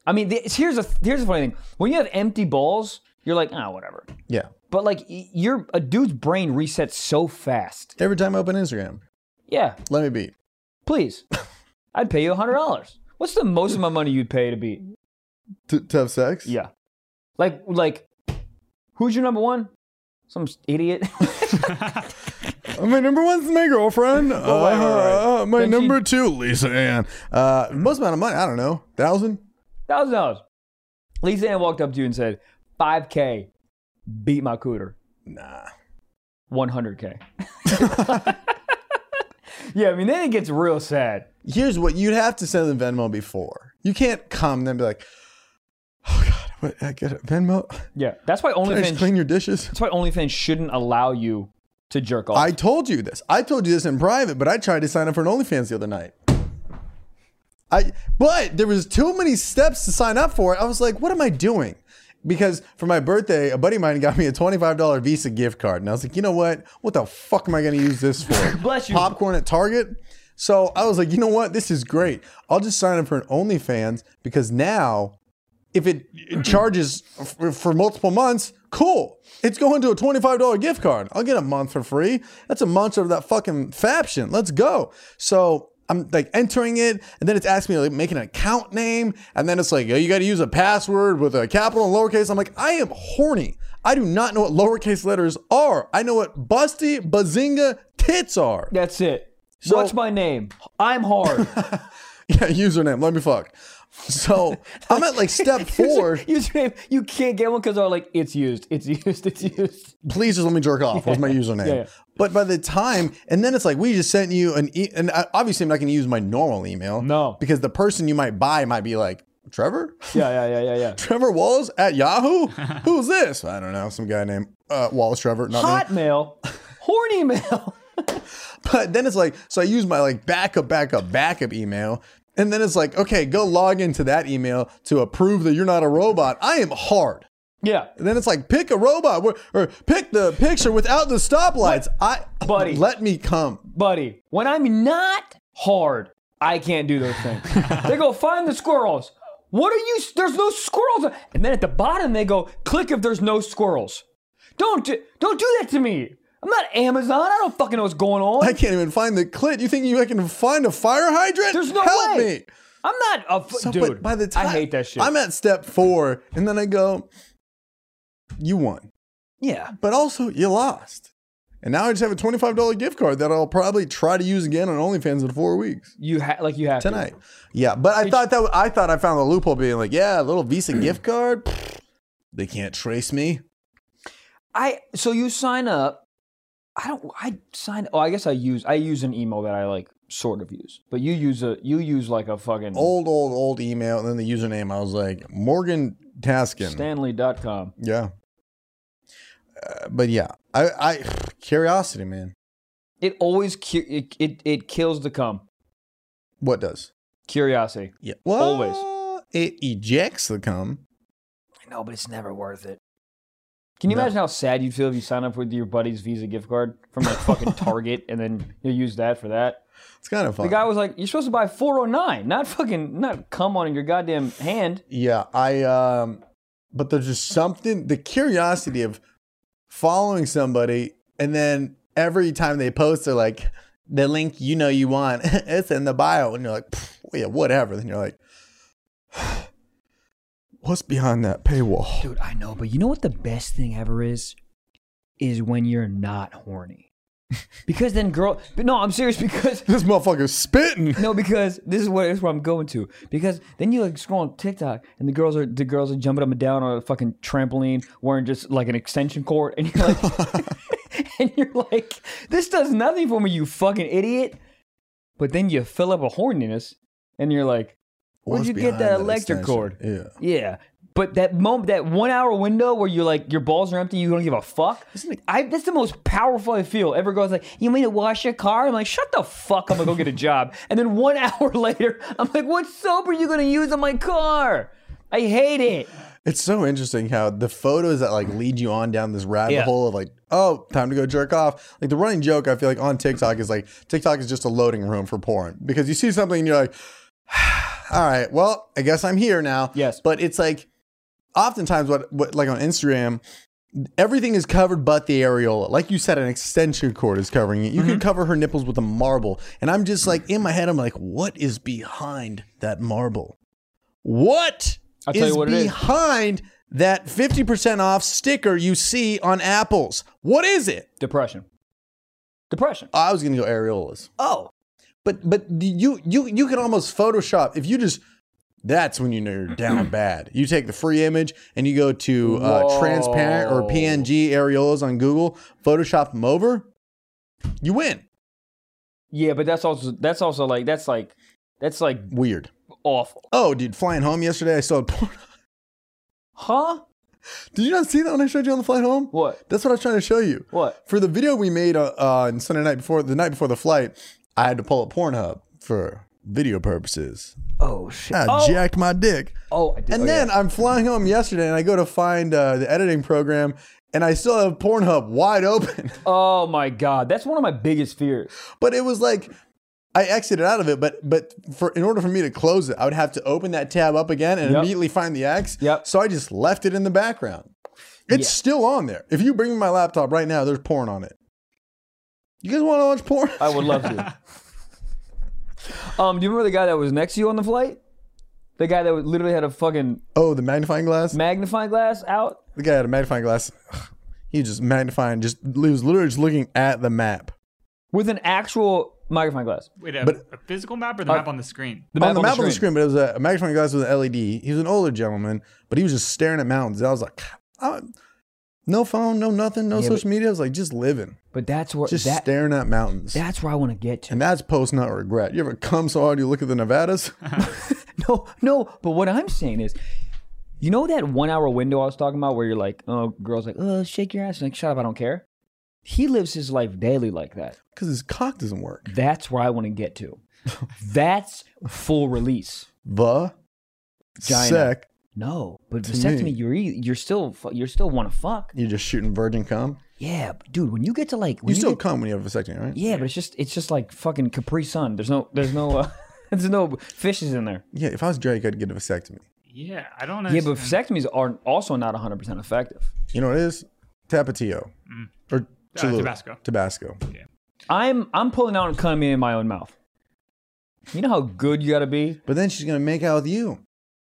Speaker 1: I mean, the, here's a here's a funny thing. When you have empty balls, you're like, ah, whatever.
Speaker 2: Yeah.
Speaker 1: But like, y- you're a dude's brain resets so fast.
Speaker 2: Every time I open Instagram,
Speaker 1: Yeah,
Speaker 2: let me be.
Speaker 1: please. I'd pay you a hundred dollars. What's the most of my money you'd pay to be?
Speaker 2: T- to have sex?
Speaker 1: Yeah. Like, like, who's your number one? Some s- idiot.
Speaker 2: Uh, My number one's my girlfriend.
Speaker 1: wait, wait, wait.
Speaker 2: Uh, my
Speaker 1: Then she-
Speaker 2: number two, Lisa Ann. Uh, most amount of money, I don't know, thousand.
Speaker 1: Thousand dollars. Lisa Ann walked up to you and said, 5K, beat my cooter.
Speaker 2: Nah.
Speaker 1: 100K. yeah, I mean, then it gets real sad.
Speaker 2: here's what you'd have to send them Venmo before. You can't come and then be like, oh God, what, I get it. Venmo.
Speaker 1: Yeah. That's why
Speaker 2: Can I just
Speaker 1: OnlyFans,
Speaker 2: clean your dishes.
Speaker 1: that's why OnlyFans shouldn't allow you to jerk off.
Speaker 2: I told you this. I told you this in private, but I tried to sign up for an OnlyFans the other night. I but there was too many steps to sign up for it. I was like, what am I doing? Because for my birthday, a buddy of mine got me a $25 Visa gift card. And I was like, you know what? What the fuck am I gonna use this for?
Speaker 1: Bless you.
Speaker 2: Popcorn at Target. So I was like, you know what? This is great. I'll just sign up for an OnlyFans because now if it charges for, for multiple months, cool. It's going to a $25 gift card. I'll get a month for free. That's a month of that fucking faption. Let's go. So I'm like entering it, and then it's asking me to like, make an account name, and then it's like, oh, you got to use a password with a capital and lowercase. I'm like, I am horny. I do not know what lowercase letters are. I know what busty, bazinga, tits are.
Speaker 1: that's it. What's my name? I'm hard.
Speaker 2: Yeah, username. Let me fuck. So I'm at like step four.
Speaker 1: Username, you can't get one because they're like, it's used, it's used, it's used.
Speaker 2: please just let me jerk off was my username.
Speaker 1: Yeah, yeah.
Speaker 2: But by the time, and then it's like, we just sent you an, e- and I, obviously I'm not going to use my normal email.
Speaker 1: No.
Speaker 2: Because the person you might buy might be like, Trevor?
Speaker 1: Yeah, yeah, yeah, yeah, yeah.
Speaker 2: Trevor Wallace at Yahoo? Who's this? I don't know. Some guy named uh, Wallace Trevor. Not me.
Speaker 1: Hotmail, horny mail.
Speaker 2: But then it's like, so I use my like backup, backup, backup email. And then it's like, okay, go log into that email to approve that you're not a robot. I am hard.
Speaker 1: Yeah,
Speaker 2: And then it's like pick a robot or, or pick the picture without the stoplights. I
Speaker 1: Buddy.
Speaker 2: let me come.
Speaker 1: buddy. When I'm not hard, I can't do those things. they go find the squirrels. What are you? There's no squirrels. And then at the bottom they go click if there's no squirrels. Don't do, don't do that to me. I'm not Amazon. I don't fucking know what's going on.
Speaker 2: I can't even find the clit. You think you I can find a fire hydrant?
Speaker 1: There's no
Speaker 2: Help
Speaker 1: way.
Speaker 2: me.
Speaker 1: I'm not a f-
Speaker 2: So,
Speaker 1: dude.
Speaker 2: but by the time
Speaker 1: I hate that shit.
Speaker 2: I'm at step four, and then I go, "You won,
Speaker 1: yeah,
Speaker 2: but also you lost." And now I just have a twenty-five dollar gift card that I'll probably try to use again on OnlyFans in four weeks
Speaker 1: you ha- like you have to.
Speaker 2: tonight. Yeah, but I thought that I thought I found the loophole, being like, "Yeah, a little Visa gift card. Pfft, They can't trace me."
Speaker 1: I so you sign up. I don't. I sign. Oh, I guess I use. I use an email that I like, sort of use. But you use a. You use like a fucking
Speaker 2: Old, old, old email, and then the username. I was like, Morgan Taskin.
Speaker 1: Stanley.com.
Speaker 2: Yeah. Uh, but yeah, I, I curiosity, man.
Speaker 1: It always cu- it, it it kills the cum.
Speaker 2: What does?
Speaker 1: Curiosity.
Speaker 2: Yeah.
Speaker 1: Always.
Speaker 2: Well, It ejects the cum.
Speaker 1: I know, but it's never worth it. Can you
Speaker 2: No.
Speaker 1: imagine how sad you'd feel if you sign up with your buddy's Visa gift card from like fucking Target and then you use that for that?
Speaker 2: It's kind of fun.
Speaker 1: The guy was like, "You're supposed to buy 409, not fucking not cum on your goddamn hand."
Speaker 2: yeah, I um but there's just something the curiosity of following somebody and then every time they post they're like the link you know you want it's in the bio and you're like "Pff, yeah, whatever. Then you're like what's behind that paywall?
Speaker 1: Dude, I know, but you know what the best thing ever is? Is when you're not horny. Because then girl, but no, I'm serious because
Speaker 2: This motherfucker's spitting.
Speaker 1: no, because this is what this is where I'm going to. Because then you like scroll on TikTok and the girls are the girls are jumping up and down on a fucking trampoline wearing just like an extension cord and you're like and you're like, this does nothing for me, you fucking idiot. But then you fill up a horniness and you're like, where'd
Speaker 2: What's
Speaker 1: you get
Speaker 2: behind
Speaker 1: that electric
Speaker 2: extension?
Speaker 1: cord?
Speaker 2: Yeah.
Speaker 1: Yeah. But that moment, that one hour window where you're like, your balls are empty, you don't give a fuck. I, that's the most powerful I feel. Everyone's like, you mean to wash your car? I'm like, shut the fuck, I'm gonna go get a job. And then one hour later, I'm like, what soap are you gonna use on my car? I hate it.
Speaker 2: It's so interesting how the photos that like lead you on down this rabbit
Speaker 1: Yeah.
Speaker 2: hole of like, oh, time to go jerk off. Like the running joke I feel like on TikTok is like TikTok is just a loading room for porn because you see something and you're like, all right, well, I guess I'm here now.
Speaker 1: Yes.
Speaker 2: But it's like oftentimes what, what like on Instagram, everything is covered but the areola. Like you said, an extension cord is covering it. You
Speaker 1: Mm-hmm.
Speaker 2: could cover her nipples with a marble. And I'm just like in my head, I'm like, what is behind that marble? What
Speaker 1: I'll tell
Speaker 2: is
Speaker 1: you what it is.
Speaker 2: behind that 50% off sticker you see on apples? What is it?
Speaker 1: Depression. Depression.
Speaker 2: Oh, I was gonna go areolas.
Speaker 1: Oh.
Speaker 2: But but you you you can almost Photoshop if you just that's when you know you're down bad. You take the free image and you go to uh,
Speaker 1: Whoa.
Speaker 2: transparent or PNG areolas on Google, Photoshop them over, you win.
Speaker 1: Yeah, but that's also, that's also like, that's like, that's like
Speaker 2: Weird.
Speaker 1: awful.
Speaker 2: Oh, dude, flying home yesterday, I saw porn.
Speaker 1: Huh?
Speaker 2: Did you not see that when I showed you on the flight home?
Speaker 1: What?
Speaker 2: That's what I was trying to show you.
Speaker 1: What?
Speaker 2: For the video we made uh, on Sunday night before the night before the flight, I had to pull up Pornhub for video purposes.
Speaker 1: Oh, shit.
Speaker 2: I
Speaker 1: oh,
Speaker 2: jacked my dick.
Speaker 1: oh, I did.
Speaker 2: And
Speaker 1: oh, yeah.
Speaker 2: then I'm flying home yesterday, and I go to find uh, the editing program, and I still have Pornhub wide open.
Speaker 1: Oh my god, that's one of my biggest fears.
Speaker 2: but it was like I exited out of it, but but for in order for me to close it, I would have to open that tab up again and
Speaker 1: Yep.
Speaker 2: immediately find the X.
Speaker 1: Yep.
Speaker 2: So I just left it in the background. It's
Speaker 1: Yeah.
Speaker 2: still on there. If you bring me my laptop right now, there's porn on it. You guys want to watch porn?
Speaker 1: I would love to. um, do you remember the guy that was next to you on the flight? The guy that was- literally had a fucking
Speaker 2: oh, the magnifying glass.
Speaker 1: magnifying glass out.
Speaker 2: the guy had a magnifying glass. He was just magnifying, just he was literally just looking at the map.
Speaker 1: with an actual magnifying glass.
Speaker 3: Wait, a,
Speaker 2: But-
Speaker 3: a physical map or the map on the screen?
Speaker 2: on the map on the screen, but it was a, a magnifying glass with an LED. He was an older gentleman, but he was just staring at mountains. I was like, I- no phone, no nothing, no
Speaker 1: Yeah,
Speaker 2: social media. I was like, just living,
Speaker 1: But that's where
Speaker 2: just
Speaker 1: that
Speaker 2: staring at mountains.
Speaker 1: that's where I want to get to.
Speaker 2: and that's post nut regret. You ever come so hard you look at the Nevadas?
Speaker 1: No, no. But what I'm saying is, you know that one hour window I was talking about where you're like, oh, girls like, oh, shake your ass, like, shut up, I don't care. He lives his life daily like that.
Speaker 2: Because his cock doesn't work.
Speaker 1: That's where I want to get to. That's full release.
Speaker 2: The
Speaker 1: Giant.
Speaker 2: sec,
Speaker 1: No, but
Speaker 2: To
Speaker 1: the sex to
Speaker 2: me.
Speaker 1: me, you're e- you're still fu- you're still want to fuck.
Speaker 2: you're just shooting virgin cum.
Speaker 1: Yeah, but dude. When you get to like,
Speaker 2: You
Speaker 1: when
Speaker 2: still
Speaker 1: get-
Speaker 2: cum when you have a vasectomy, right?
Speaker 1: yeah, but it's just it's just like fucking Capri Sun. There's no there's no uh, there's no fishes in there.
Speaker 2: Yeah. If I was Drake, I'd get a vasectomy.
Speaker 3: Yeah, I don't know.
Speaker 1: Yeah, but vasectomies are also not 100 percent effective.
Speaker 2: You know what it is? Tapatio or Cholula.
Speaker 3: Tabasco.
Speaker 2: Mm. Uh, Tabasco.
Speaker 1: I'm I'm pulling out and coming in my own mouth. You know how good you got to be.
Speaker 2: But then she's gonna make out with you.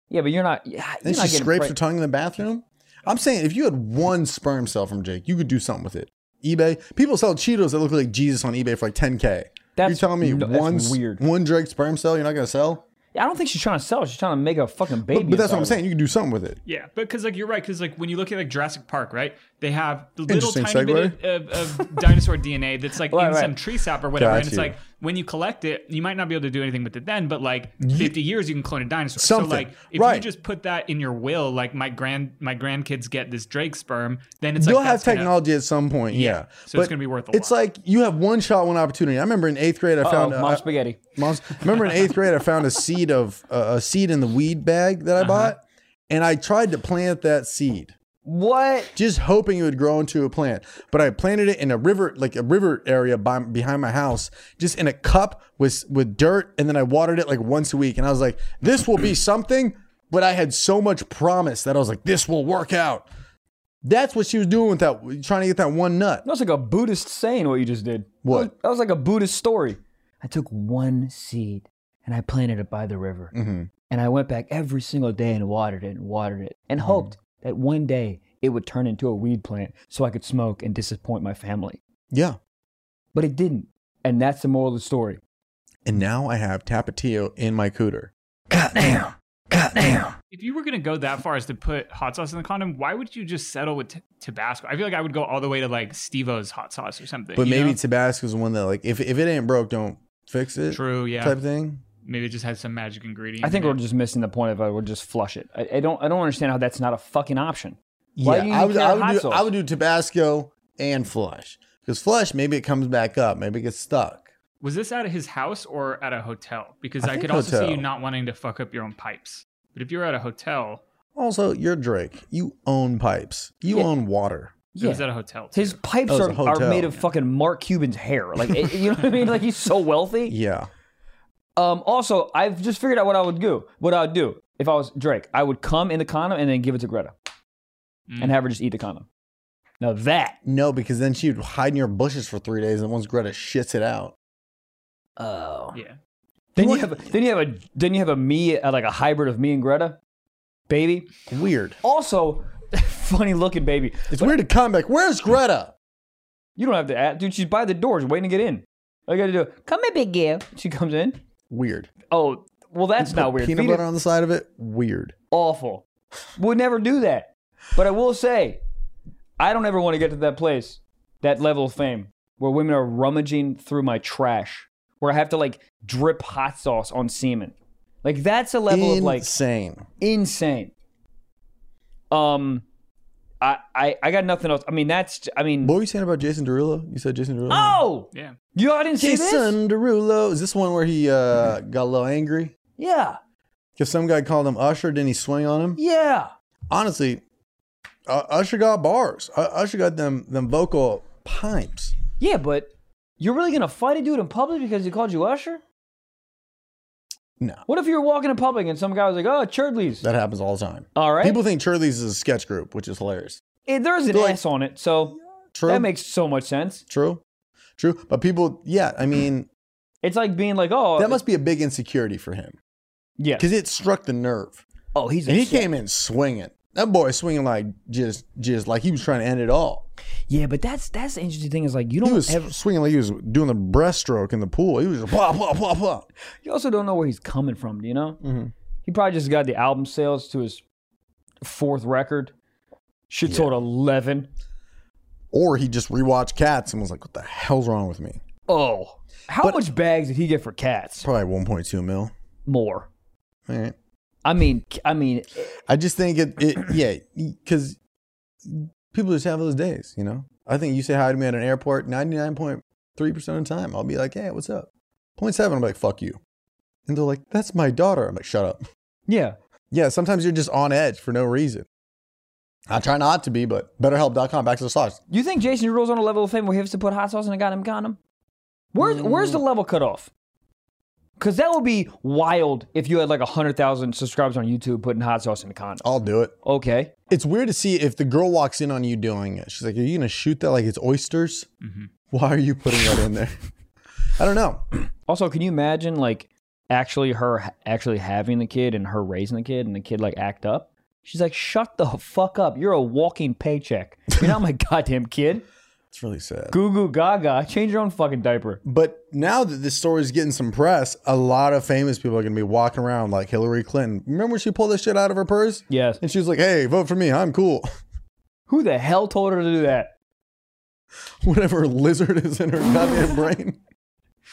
Speaker 1: Yeah, but you're not. Yeah, you're
Speaker 2: Then
Speaker 1: not
Speaker 2: she
Speaker 1: getting
Speaker 2: scrapes her
Speaker 1: preg-
Speaker 2: tongue in the bathroom. I'm saying if you had one sperm cell from Jake, you could do something with it. eBay. People sell Cheetos that look like Jesus on eBay for like 10K.
Speaker 1: That's
Speaker 2: You're telling me
Speaker 1: no, that's
Speaker 2: one, s-
Speaker 1: weird.
Speaker 2: one Drake sperm cell you're not going to sell?
Speaker 1: I don't think she's trying to sell. She's trying to make a fucking baby.
Speaker 2: But, but that's what I'm
Speaker 1: inside
Speaker 2: saying. You could do something with it.
Speaker 3: Yeah, but because like you're right, because like when you look at like Jurassic Park, right? They have the little
Speaker 2: Interesting
Speaker 3: tiny bit of, of, of dinosaur DNA that's like
Speaker 1: Right,
Speaker 3: in
Speaker 1: right.
Speaker 3: some tree sap or whatever,
Speaker 2: Got
Speaker 3: and it's
Speaker 2: you.
Speaker 3: like when you collect it, you might not be able to do anything with it then, but like 50 years you can clone a dinosaur.
Speaker 2: Something.
Speaker 3: So like if
Speaker 2: Right.
Speaker 3: you just put that in your will, like my grand my grandkids get this Drake sperm, then it's
Speaker 2: You'll
Speaker 3: like
Speaker 2: have
Speaker 3: that's gonna-
Speaker 2: technology at some point. Yeah.
Speaker 3: So it's gonna be worth a
Speaker 2: It's
Speaker 3: lot.
Speaker 2: like you have one shot, one opportunity. I remember in eighth grade, I
Speaker 1: Oh,
Speaker 2: found.
Speaker 1: mom
Speaker 2: I-
Speaker 1: spaghetti.
Speaker 2: Mom's, remember in eighth grade, I found a seed of uh, a seed in the weed bag
Speaker 1: Uh-huh.
Speaker 2: that I bought, and I tried to plant that seed.
Speaker 1: What?
Speaker 2: just hoping it would grow into a plant. But I planted it in a river, like a river area by, behind my house, just in a cup with with dirt, and then I watered it like once a week. And I was like, "This will be something." But I had so much promise that I was like, "This will work out." That's what she was doing with that, trying to get that one nut.
Speaker 1: That's like a Buddhist saying what you just did.
Speaker 2: What?
Speaker 1: That was, that was like a Buddhist story. I took one seed and I planted it by the river.
Speaker 2: Mhm.
Speaker 1: And I went back every single day and watered it and watered it and
Speaker 2: Mm.
Speaker 1: hoped that one day it would turn into a weed plant so I could smoke and disappoint my family.
Speaker 2: Yeah,
Speaker 1: but it didn't. And that's the moral of the story.
Speaker 2: And now I have Tapatio in my cooter.
Speaker 1: Goddamn. Goddamn.
Speaker 3: If you were going to go that far as to put hot sauce in the condom, why would you just settle with t- Tabasco? I feel like I would go all the way to like Stevo's hot sauce or something.
Speaker 2: But
Speaker 3: you
Speaker 2: maybe
Speaker 3: know?
Speaker 2: Tabasco's the one that like if if it ain't broke, don't fix it.
Speaker 3: true, yeah.
Speaker 2: Type thing.
Speaker 3: Maybe it just has some magic ingredient.
Speaker 1: I think
Speaker 3: in
Speaker 1: we're
Speaker 3: it.
Speaker 1: just missing the point of I would just flush it. I, I don't I don't understand how that's not a fucking option. Why do you
Speaker 2: I would,
Speaker 1: care
Speaker 2: I would
Speaker 1: hot
Speaker 2: do
Speaker 1: sauce?
Speaker 2: I would do Tabasco and flush because flush maybe it comes back up, maybe it gets stuck.
Speaker 3: Was this at his house or at a hotel? Because
Speaker 2: I
Speaker 3: I,
Speaker 2: think
Speaker 3: could also see
Speaker 2: hotel.
Speaker 3: you not wanting to fuck up your own pipes. But if you're at a hotel,
Speaker 2: Also, you're Drake. You own pipes. You
Speaker 1: Yeah.
Speaker 2: own water.
Speaker 3: it was
Speaker 1: Yeah.
Speaker 3: at a hotel. Too.
Speaker 1: His pipes
Speaker 2: Oh, it's
Speaker 1: are,
Speaker 2: a
Speaker 1: are
Speaker 2: hotel.
Speaker 1: made of fucking Mark Cuban's hair. Like it- you know what I mean? Like he's so wealthy.
Speaker 2: Yeah.
Speaker 1: Um, also, I've just figured out what I would do. What I would do if I was Drake, I would come in the condom and then give it to Greta
Speaker 3: Mm.
Speaker 1: and have her just eat the condom. Now that,
Speaker 2: No, because then she'd hide in your bushes for three days, and once Greta shits it out,
Speaker 1: oh,
Speaker 3: yeah.
Speaker 1: then you
Speaker 2: What-
Speaker 1: have then you have a then you have a me uh, like a hybrid of me and Greta, baby.
Speaker 2: weird.
Speaker 1: Also, funny looking baby.
Speaker 2: It's weird to come back. Where's Greta?
Speaker 1: You don't have to ask, dude. She's by the doors waiting to get in. All you gotta do, come here, big girl. She comes in.
Speaker 2: Weird.
Speaker 1: Oh, well, that's
Speaker 2: Put
Speaker 1: not weird.
Speaker 2: Peanut
Speaker 1: Fetus-
Speaker 2: butter on the side of it. Weird.
Speaker 1: awful. Would never do that. But I will say, I don't ever want to get to that place, that level of fame, where women are rummaging through my trash, where I have to like drip hot sauce on semen. Like that's a level of like
Speaker 2: Insane.
Speaker 1: insane. Um, I I I got nothing else. I mean that's I mean
Speaker 2: What were you saying about Jason Derulo? You said Jason Derulo.
Speaker 1: oh
Speaker 3: Yeah.
Speaker 1: you all didn't see this
Speaker 2: Jason Derulo. Is this one where he uh, got a little angry
Speaker 1: yeah
Speaker 2: because some guy called him Usher? Didn't he swing on him?
Speaker 1: yeah
Speaker 2: Honestly, uh, Usher got bars. Uh, Usher got them them vocal pipes.
Speaker 1: yeah but you're really gonna fight a dude in public because he called you usher?
Speaker 2: No,
Speaker 1: What if you were walking in public and some guy was like oh Churdleys?
Speaker 2: that happens all the time.
Speaker 1: All right.
Speaker 2: People think Charlie's is a sketch group, which is hilarious.
Speaker 1: It, there's an
Speaker 2: Like-
Speaker 1: S on it, so
Speaker 2: True.
Speaker 1: that makes so much sense.
Speaker 2: True. True. But people, yeah, I mean,
Speaker 1: It's like being like, oh,
Speaker 2: that must be a big insecurity for him
Speaker 1: yeah.
Speaker 2: because it struck the nerve.
Speaker 1: Oh, he's
Speaker 2: And he
Speaker 1: upset.
Speaker 2: came in swinging. That boy swinging like just, just like he was trying to end it all.
Speaker 1: Yeah, but that's that's the interesting thing is like you
Speaker 2: He
Speaker 1: don't
Speaker 2: was
Speaker 1: ever,
Speaker 2: swinging like he was doing the breaststroke in the pool. He was just blah blah blah blah.
Speaker 1: you also don't know where he's coming from. Do you know?
Speaker 2: Mhm.
Speaker 1: He probably just got the album sales to his fourth record. Shit sold eleven.
Speaker 2: Or he just rewatched Cats and was like, "What the hell's wrong with me?"
Speaker 1: Oh, how
Speaker 2: But-
Speaker 1: much bags did he get for cats?
Speaker 2: Probably 1.2 mil.
Speaker 1: More.
Speaker 2: All right.
Speaker 1: I mean, I mean,
Speaker 2: I just think it, it yeah, because people just have those days, you know. I think you say hi to me at an airport 99.3 percent of the time, I'll be like, "Hey, what's up?" Point seven, I'm like, "Fuck you," and they're like, "That's my daughter." I'm like, "Shut up."
Speaker 1: yeah.
Speaker 2: Yeah, sometimes you're just on edge for no reason. I try not to be, but BetterHelp.com back to the sauce.
Speaker 1: You think Jason Derulo's on a level of fame where he has to put hot sauce in a goddamn condom? Where's where's the level cut off? Because that would be wild if you had like hundred thousand subscribers on YouTube putting hot sauce in a condom.
Speaker 2: I'll do it.
Speaker 1: Okay,
Speaker 2: It's weird to see if the girl walks in on you doing it. She's like, "Are you gonna shoot that like it's oysters? Why are you putting that in there?" I don't know.
Speaker 1: Also, can you imagine like actually her ha- actually having the kid and her raising the kid and the kid like act up? She's like, "Shut the fuck up! You're a walking paycheck. You're not my goddamn kid."
Speaker 2: It's really sad.
Speaker 1: Goo goo gaga. Change your own fucking diaper.
Speaker 2: But now that this story's getting some press, a lot of famous people are gonna be walking around like Hillary Clinton. Remember when she pulled this shit out of her purse
Speaker 1: Yes.
Speaker 2: and she was like, "Hey, vote for me. I'm cool."
Speaker 1: Who the hell told her to do that?
Speaker 2: Whatever lizard is in her goddamn brain.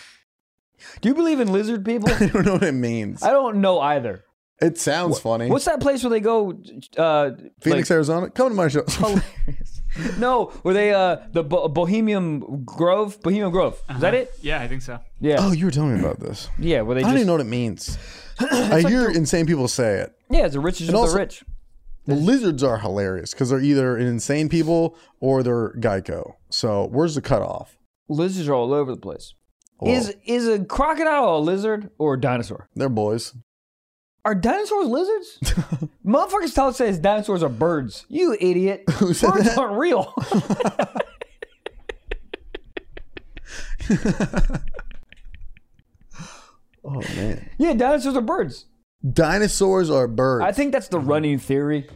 Speaker 1: Do you believe in lizard people?
Speaker 2: I don't know what it means.
Speaker 1: I don't know either.
Speaker 2: It sounds funny.
Speaker 1: What's that place where they go? Uh,
Speaker 2: Phoenix,
Speaker 1: like-
Speaker 2: Arizona. Come to my show.
Speaker 1: no, where they uh the Bo- Bohemian Grove, Bohemian Grove. Is that it?
Speaker 3: Yeah, I think so.
Speaker 1: Yeah,
Speaker 2: oh, you were telling me about this.
Speaker 1: yeah. Where they
Speaker 2: I don't
Speaker 1: just
Speaker 2: even know what it means. I hear insane people say it.
Speaker 1: yeah, it's the richest of
Speaker 2: also-
Speaker 1: the rich.
Speaker 2: Lizards are hilarious because they're either insane people or they're Geico. So where's the cutoff?
Speaker 1: Lizards are all over the place.
Speaker 2: Well,
Speaker 1: Is is a crocodile a lizard or a dinosaur?
Speaker 2: they're boys.
Speaker 1: Are dinosaurs lizards? Motherfuckers tell us says dinosaurs are birds. You idiot.
Speaker 2: Who said
Speaker 1: birds
Speaker 2: that?
Speaker 1: aren't real.
Speaker 2: Oh man,
Speaker 1: yeah, dinosaurs are birds.
Speaker 2: dinosaurs are birds.
Speaker 1: I think that's the running theory.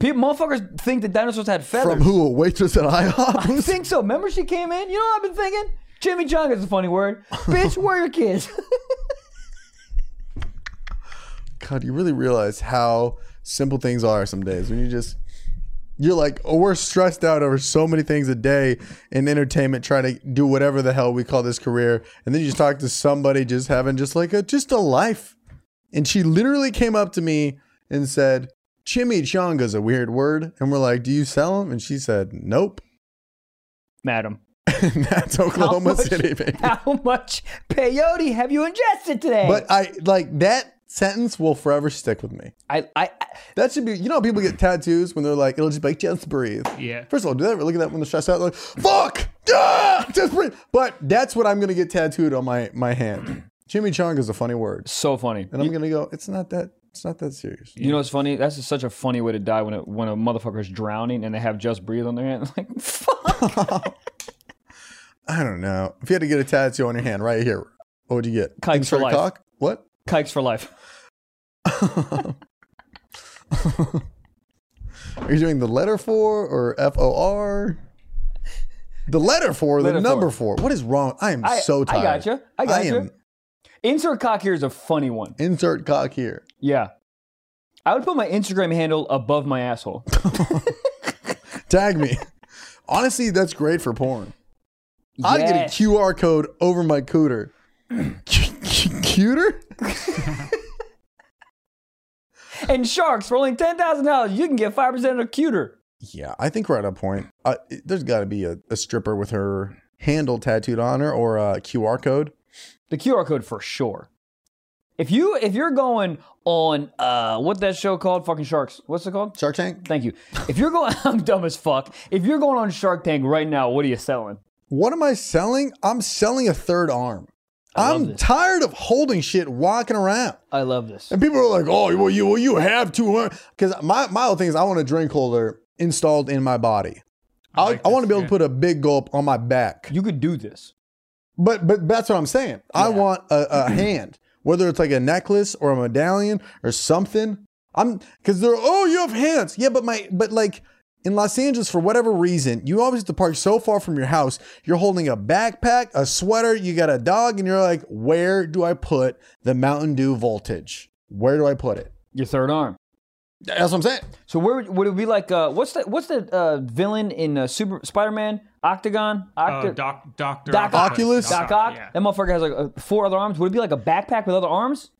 Speaker 1: People, motherfuckers think that dinosaurs had feathers.
Speaker 2: From who? A waitress at IHOP?
Speaker 1: I think so. Remember, she came in. You know what I've been thinking? Jimmy Chung is a funny word. Bitch, where are your kids?
Speaker 2: God, you really realize how simple things are some days when you just you're like oh, we're stressed out over so many things a day in entertainment trying to do whatever the hell we call this career and then you just talk to somebody just having just like a just a life and she literally came up to me and said chimichanga's a weird word and we're like do you sell them and she said nope
Speaker 1: Madam,
Speaker 2: and that's oklahoma
Speaker 1: much-
Speaker 2: city baby.
Speaker 1: how much peyote have you ingested today?
Speaker 2: but i like that sentence will forever stick with me
Speaker 1: I, I,
Speaker 2: That should be, you know, how people get tattoos when they're like, it'll just be like, just breathe.
Speaker 3: Yeah.
Speaker 2: First of all, do they ever look at that when they're stressed out? Like, fuck, ah, just breathe. But that's what I'm gonna get tattooed on my my hand. Chimichanga is a funny word,
Speaker 1: so funny.
Speaker 2: and I'm gonna go. It's not that. It's not that serious.
Speaker 1: You know what's funny? That's just such a funny way to die when a, when a motherfucker's drowning and they have just breathe on their hand. Like, fuck.
Speaker 2: I don't know. If you had to get a tattoo on your hand right here, what would you get?
Speaker 1: Kikes
Speaker 2: Thanks
Speaker 1: for
Speaker 2: a
Speaker 1: life.
Speaker 2: cock? What?
Speaker 1: Kikes for life.
Speaker 2: Are you doing the letter for or F O R? The letter for, the
Speaker 1: Letter
Speaker 2: number for. What is wrong? I am
Speaker 1: I,
Speaker 2: so tired.
Speaker 1: I gotcha. I gotcha.
Speaker 2: am
Speaker 1: Insert cock here is a funny one.
Speaker 2: insert cock here.
Speaker 1: Yeah. I would put my Instagram handle above my asshole.
Speaker 2: Tag me. Honestly, that's great for porn. I'd get
Speaker 1: Yes.
Speaker 2: a QR code over my cooter. Cuter?
Speaker 1: And sharks, for only $10,000, you can get 5% of cuter.
Speaker 2: Yeah, I think we're at a point. Uh, it- there's got to be a, a stripper with her handle tattooed on her or a QR code.
Speaker 1: The QR code for sure. If you if you're going on uh what that show called? Fucking sharks. What's it called?
Speaker 2: Shark Tank?
Speaker 1: Thank you. If you're going I'm dumb as fuck. If you're going on Shark Tank right now, what are you selling?
Speaker 2: What am I selling? I'm selling a third arm.
Speaker 1: I love
Speaker 2: I'm
Speaker 1: this.
Speaker 2: tired of holding shit walking around.
Speaker 1: I love this.
Speaker 2: And people are like, "Oh, well, you well, you have 200." Because my my whole thing is, I want a drink holder installed in my body. I,
Speaker 3: like
Speaker 2: I want to be
Speaker 3: this,
Speaker 2: able
Speaker 3: yeah.
Speaker 2: to put a big gulp on my back.
Speaker 1: You could do this.
Speaker 2: But but that's what I'm saying. I want a, a hand, whether it's like a necklace or a medallion or something. I'm because they're oh, you have hands. Yeah, but my but like. In Los Angeles, for whatever reason, you always have to park so far from your house. You're holding a backpack, a sweater, you got a dog, and you're like, where do I put the Mountain Dew voltage? Where do I put it?
Speaker 1: Your third arm.
Speaker 2: That's what I'm saying.
Speaker 1: So where would, would it be like? Uh, what's the what's the uh, villain in uh, Super Spider Man Octagon?
Speaker 3: Oh,
Speaker 1: Octa-
Speaker 3: doc, doctor
Speaker 1: Doc Ock.
Speaker 2: Oculus?
Speaker 1: Doc Ock. That motherfucker has like uh, four other arms. Would it be like a backpack with other arms?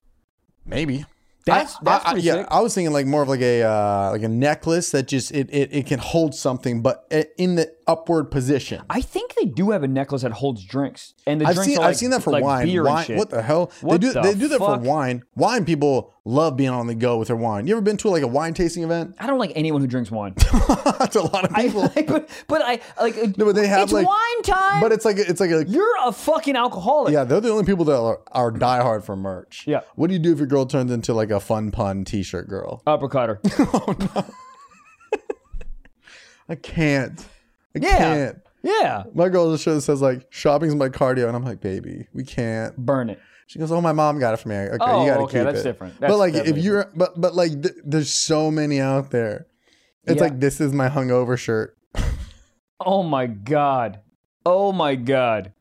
Speaker 2: Maybe.
Speaker 1: That's that's
Speaker 2: I, I,
Speaker 1: pretty
Speaker 2: yeah,
Speaker 1: sick.
Speaker 2: I was thinking like more of like a uh, like a necklace that just it, it it can hold something, but i- in the upward position.
Speaker 1: I think they do have a necklace that holds drinks, and the
Speaker 2: I've
Speaker 1: drinks
Speaker 2: seen
Speaker 1: are like,
Speaker 2: I've seen that for
Speaker 1: like
Speaker 2: wine.
Speaker 1: Beer
Speaker 2: wine
Speaker 1: and shit.
Speaker 2: What the hell?
Speaker 1: What
Speaker 2: they do
Speaker 1: the
Speaker 2: they do that
Speaker 1: fuck?
Speaker 2: for wine. Wine people love being on the go with their wine. You ever been to like a wine tasting event?
Speaker 1: I don't like anyone who drinks wine.
Speaker 2: That's a lot of
Speaker 1: I,
Speaker 2: people.
Speaker 1: like, but, but I like. uh,
Speaker 2: No, but they have
Speaker 1: it's
Speaker 2: like
Speaker 1: wine time.
Speaker 2: But it's like a- it's like a
Speaker 1: You're a fucking alcoholic.
Speaker 2: yeah, they're the only people that are, are diehard for merch.
Speaker 1: Yeah.
Speaker 2: What do you do if your girl turns into like a fun pun t-shirt girl?
Speaker 1: Uppercut her.
Speaker 2: I can't. I
Speaker 1: Yeah.
Speaker 2: can't.
Speaker 1: yeah.
Speaker 2: My girl just shows says like shopping's my cardio, and I'm like, baby, we can't.
Speaker 1: Burn it.
Speaker 2: She goes, oh, my mom got it for me. Okay,
Speaker 1: Oh,
Speaker 2: you got to
Speaker 1: okay,
Speaker 2: keep
Speaker 1: that's
Speaker 2: it.
Speaker 1: different.
Speaker 2: but
Speaker 1: That's
Speaker 2: like, if
Speaker 1: definitely
Speaker 2: you're, but but like, th- there's so many out there. It's
Speaker 1: Yeah.
Speaker 2: like this is my hungover shirt.
Speaker 1: Oh my god. Oh my god.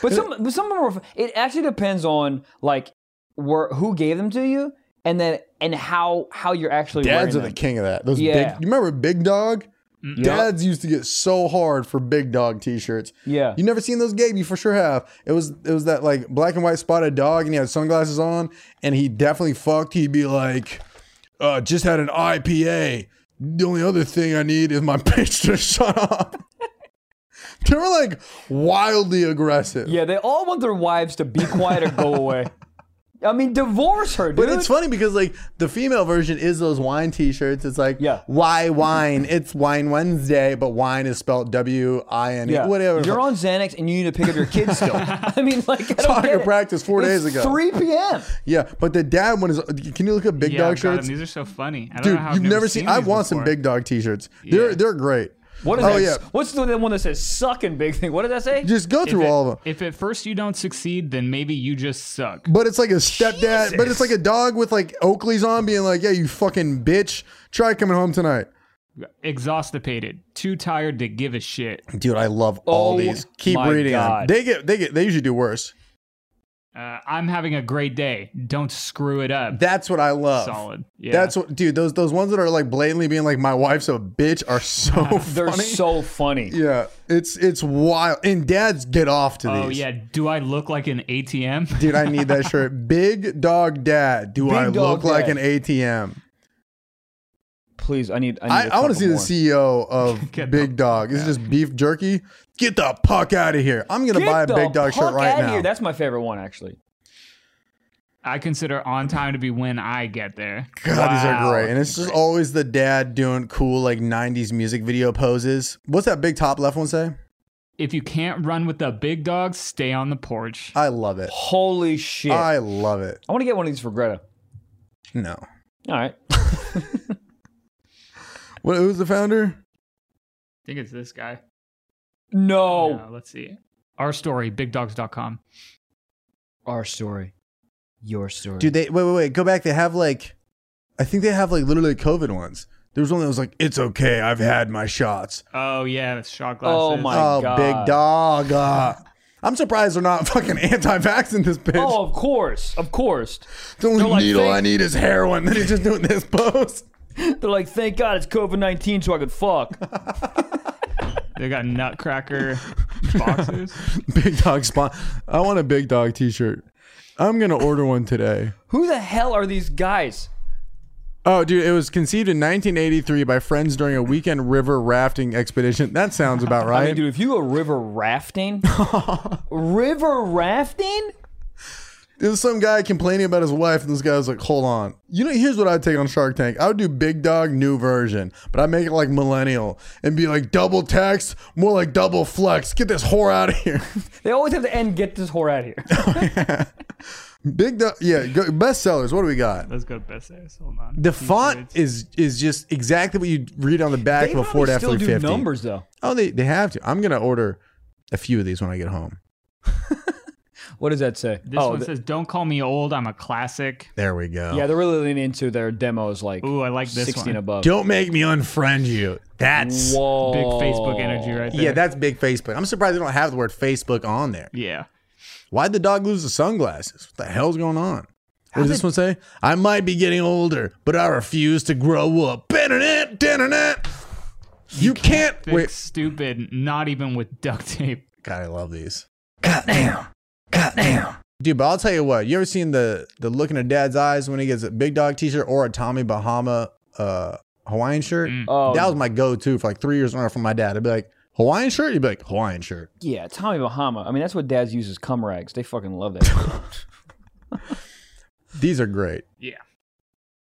Speaker 1: But some but some of them are, it actually depends on like where who gave them to you and then and how how you're actually
Speaker 2: Dads are
Speaker 1: wearing
Speaker 2: the
Speaker 1: them.
Speaker 2: king of that. Those
Speaker 1: Yeah.
Speaker 2: big. You remember Big Dog?
Speaker 3: Mm.
Speaker 2: Dads used to get so hard for Big Dog t-shirts.
Speaker 1: Yeah.
Speaker 2: You never seen those, Gabe? You for sure have. It was it was that like black and white spotted dog, and he had sunglasses on, and he definitely fucked. He'd be like, uh, "Just had an IPA. The only other thing I need is my bitch to shut up." they were like wildly aggressive.
Speaker 1: yeah, they all want their wives to be quiet or go away. I mean, divorce her, dude.
Speaker 2: But it's funny because like the female version is those wine T-shirts. It's like
Speaker 1: Yeah.
Speaker 2: why wine? it's Wine Wednesday, but wine is spelled W I N E.
Speaker 1: yeah.
Speaker 2: Whatever.
Speaker 1: You're on Xanax and you need to pick up your kids still. I mean, like I don't
Speaker 2: Soccer
Speaker 1: get it.
Speaker 2: practice four
Speaker 1: It's
Speaker 2: days ago.
Speaker 1: 3 p.m.
Speaker 2: yeah, but the dad one is. Can you look at big
Speaker 3: Yeah,
Speaker 2: dog
Speaker 3: I've got 'em.
Speaker 2: shirts?
Speaker 3: These are so funny. I don't
Speaker 2: Dude,
Speaker 3: know how I've
Speaker 2: you've never seen. I
Speaker 3: these
Speaker 2: want some
Speaker 3: before.
Speaker 2: big dog T-shirts. They're
Speaker 3: Yeah.
Speaker 2: they're great.
Speaker 1: What is
Speaker 2: oh
Speaker 1: that?
Speaker 2: yeah,
Speaker 1: What's the the one that says "sucking big thing"? What did that say?
Speaker 2: just go through
Speaker 3: if,
Speaker 2: all of them.
Speaker 3: if at first you don't succeed, then maybe you just suck.
Speaker 2: But it's like a stepdad. But it's like a dog with like Oakley's on, being like, "Yeah, you fucking bitch. Try coming home tonight."
Speaker 3: exhaustipated, too tired to give a shit.
Speaker 2: Dude, I love all
Speaker 1: Oh
Speaker 2: these. Keep
Speaker 1: my
Speaker 2: reading them.
Speaker 1: God.
Speaker 2: They get they get they usually do worse.
Speaker 3: Uh, I'm having a great day. Don't screw it up.
Speaker 2: That's what I love.
Speaker 3: Solid. Yeah.
Speaker 2: That's what dude, those those ones that are like blatantly being like my wife's a bitch are so
Speaker 1: They're
Speaker 2: funny.
Speaker 1: so funny.
Speaker 2: yeah, it's it's wild. And dads get off to
Speaker 3: Oh
Speaker 2: these.
Speaker 3: yeah. Do I look like an ATM?
Speaker 2: Dude, I need that shirt. Big dog dad. Do
Speaker 1: Big
Speaker 2: I look
Speaker 1: dog
Speaker 2: like an
Speaker 1: dad.
Speaker 2: ATM?
Speaker 1: Please, I need. I, need
Speaker 2: I,
Speaker 1: a
Speaker 2: I want to
Speaker 1: couple
Speaker 2: see
Speaker 1: more.
Speaker 2: the CEO of
Speaker 3: Get
Speaker 2: Big
Speaker 3: the-
Speaker 2: Dog. It's just beef jerky. Get the puck out of here. I'm gonna
Speaker 1: Get
Speaker 2: buy a
Speaker 1: the
Speaker 2: Big Dog shirt
Speaker 1: fuck
Speaker 2: right
Speaker 1: outta
Speaker 2: now.
Speaker 1: Here. That's my favorite one, actually.
Speaker 3: I consider on time to be when I get there.
Speaker 2: God, these are
Speaker 3: Wow.
Speaker 2: great. And it's just always the dad doing cool like '90s music video poses. What's that big top left one say?
Speaker 3: If you can't run with the big dogs, stay on the porch.
Speaker 2: I love it.
Speaker 1: Holy shit! I,
Speaker 2: I love it.
Speaker 1: want to get one of these for Greta.
Speaker 2: No,
Speaker 1: All right,
Speaker 2: what, who's the founder?
Speaker 3: I think it's this guy.
Speaker 1: no,
Speaker 3: No, let's see. Our story, bigdogs.com.
Speaker 1: our story, your story,
Speaker 2: Dude, they wait, wait, wait. Go back. They have like, I think they have like literally COVID ones. There was one that was like, "It's okay, I've had my shots."
Speaker 3: Oh yeah, it's shot glasses.
Speaker 1: Oh, my-
Speaker 2: oh,
Speaker 1: God.
Speaker 2: big dog. uh. I'm surprised they're not fucking anti-vax in this bitch.
Speaker 1: Oh, of course, of course.
Speaker 2: the only
Speaker 1: they're like
Speaker 2: needle
Speaker 1: fake-
Speaker 2: I need is heroin. Then he's just doing this pose.
Speaker 1: They're like, thank God it's COVID nineteen, so I could fuck.
Speaker 3: They got nutcracker boxes.
Speaker 2: Big dog spawn. I want a big dog T-shirt. I'm gonna order one today.
Speaker 1: Who the hell are these guys?
Speaker 2: Oh, dude, it was conceived in 1983 by friends during a weekend river rafting expedition. That sounds about right.
Speaker 1: Hey, dude, if you go river rafting, river rafting.
Speaker 2: There's some guy complaining about his wife, and this guy's like, "Hold on, you know, here's what I'd take on Shark Tank. I would do Big Dog new version, but I make it like millennial and be like double tax, more like double flex. Get this whore out of here,
Speaker 1: They always have to end. Get this whore out of here.
Speaker 2: Big Dog. Yeah, go, best sellers. What do we got?
Speaker 3: Let's go to best sales. Hold on.
Speaker 2: The font is is just exactly what you read on the back
Speaker 1: They
Speaker 2: of a Ford
Speaker 1: probably
Speaker 2: F
Speaker 1: still
Speaker 2: three
Speaker 1: do
Speaker 2: fifty.
Speaker 1: numbers though.
Speaker 2: Oh, they they have to. I'm gonna order a few of these when I get home.
Speaker 1: What does that say?
Speaker 2: Oh,
Speaker 3: This one
Speaker 1: th-
Speaker 3: says, "Don't call me old. I'm a classic."
Speaker 2: There we go.
Speaker 1: yeah, they're really leaning into their demos like
Speaker 3: Ooh, I like this
Speaker 1: sixteen
Speaker 3: one.
Speaker 1: above.
Speaker 2: Don't make me unfriend you. That's
Speaker 1: Whoa.
Speaker 3: Big Facebook energy right there.
Speaker 2: Oh. yeah, that's big Facebook. I'm surprised they don't have the word Facebook on there.
Speaker 3: yeah.
Speaker 2: Why'd the dog lose the sunglasses? What the hell's going on? What does this one say? I might be getting older, but I refuse to grow up. Internet, internet. You, can't,
Speaker 3: Thick,
Speaker 2: wait.
Speaker 3: stupid, not even with duct tape.
Speaker 2: God, I love these. God damn. God damn. Dude, but I'll tell you what. You ever seen the the look in a dad's eyes when he gets a big dog T-shirt or a Tommy Bahama uh, Hawaiian shirt?
Speaker 3: Mm.
Speaker 1: Oh,
Speaker 2: That was my go-to for like three years in a row from my dad. I'd be like, Hawaiian shirt? He'd be like, Hawaiian shirt.
Speaker 1: yeah, Tommy Bahama. I mean, that's what dads use as cum rags. They fucking love that.
Speaker 2: These are great.
Speaker 3: Yeah.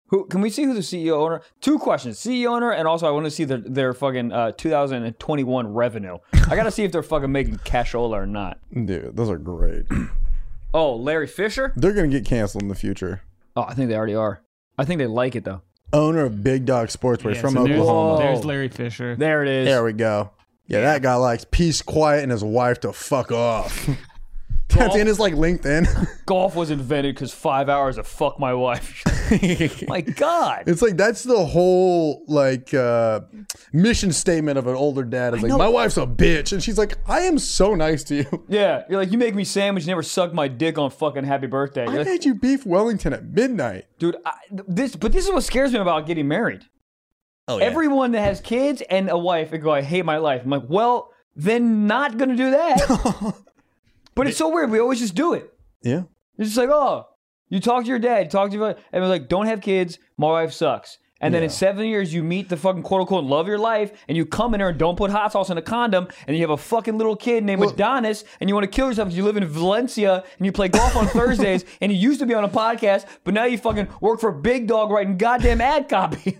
Speaker 1: who can we see who the CEO owner? Two questions: CEO owner, and also I want to see their their fucking uh, 2021 revenue. I gotta see if they're fucking making cashola or not.
Speaker 2: Dude, those are great.
Speaker 1: Oh, Larry Fisher.
Speaker 2: They're gonna get canceled in the future.
Speaker 1: Oh, I think they already are. I think they like it though.
Speaker 2: Owner of Big Dog Sportswear
Speaker 3: Yeah,
Speaker 2: from
Speaker 3: so there's-
Speaker 2: Oklahoma. Oh.
Speaker 3: There's, Larry Fisher.
Speaker 1: There it is.
Speaker 2: There we go. Yeah, that guy likes peace, quiet, and his wife to fuck off. That's in his like LinkedIn.
Speaker 1: Golf was invented because five hours of fuck my wife. my God.
Speaker 2: It's like that's the whole like uh mission statement of an older dad. Is like
Speaker 1: know.
Speaker 2: my wife's a bitch, and she's like, I am so nice to you.
Speaker 1: Yeah, you're like you make me sandwich, you never suck my dick on fucking happy birthday. You're
Speaker 2: I
Speaker 1: like,
Speaker 2: made you beef Wellington at midnight.
Speaker 1: dude, I, th- this but this is what scares me about getting married.
Speaker 2: Oh
Speaker 1: Everyone that has kids and a wife and go, I hate my life. I'm like, well, then not gonna do that. but it's so weird. We always just do it.
Speaker 2: yeah.
Speaker 1: It's just like, oh, you talk to your dad, you talk to your and we're like, don't have kids. My wife sucks. And then in seven years, you meet the fucking quote unquote love of your life, and you come in her and don't put hot sauce in a condom, and you have a fucking little kid named Adonis, and you want to kill yourself because you live in Valencia and you play golf on Thursdays, and you used to be on a podcast, but now you fucking work for Big Dog writing goddamn ad copy.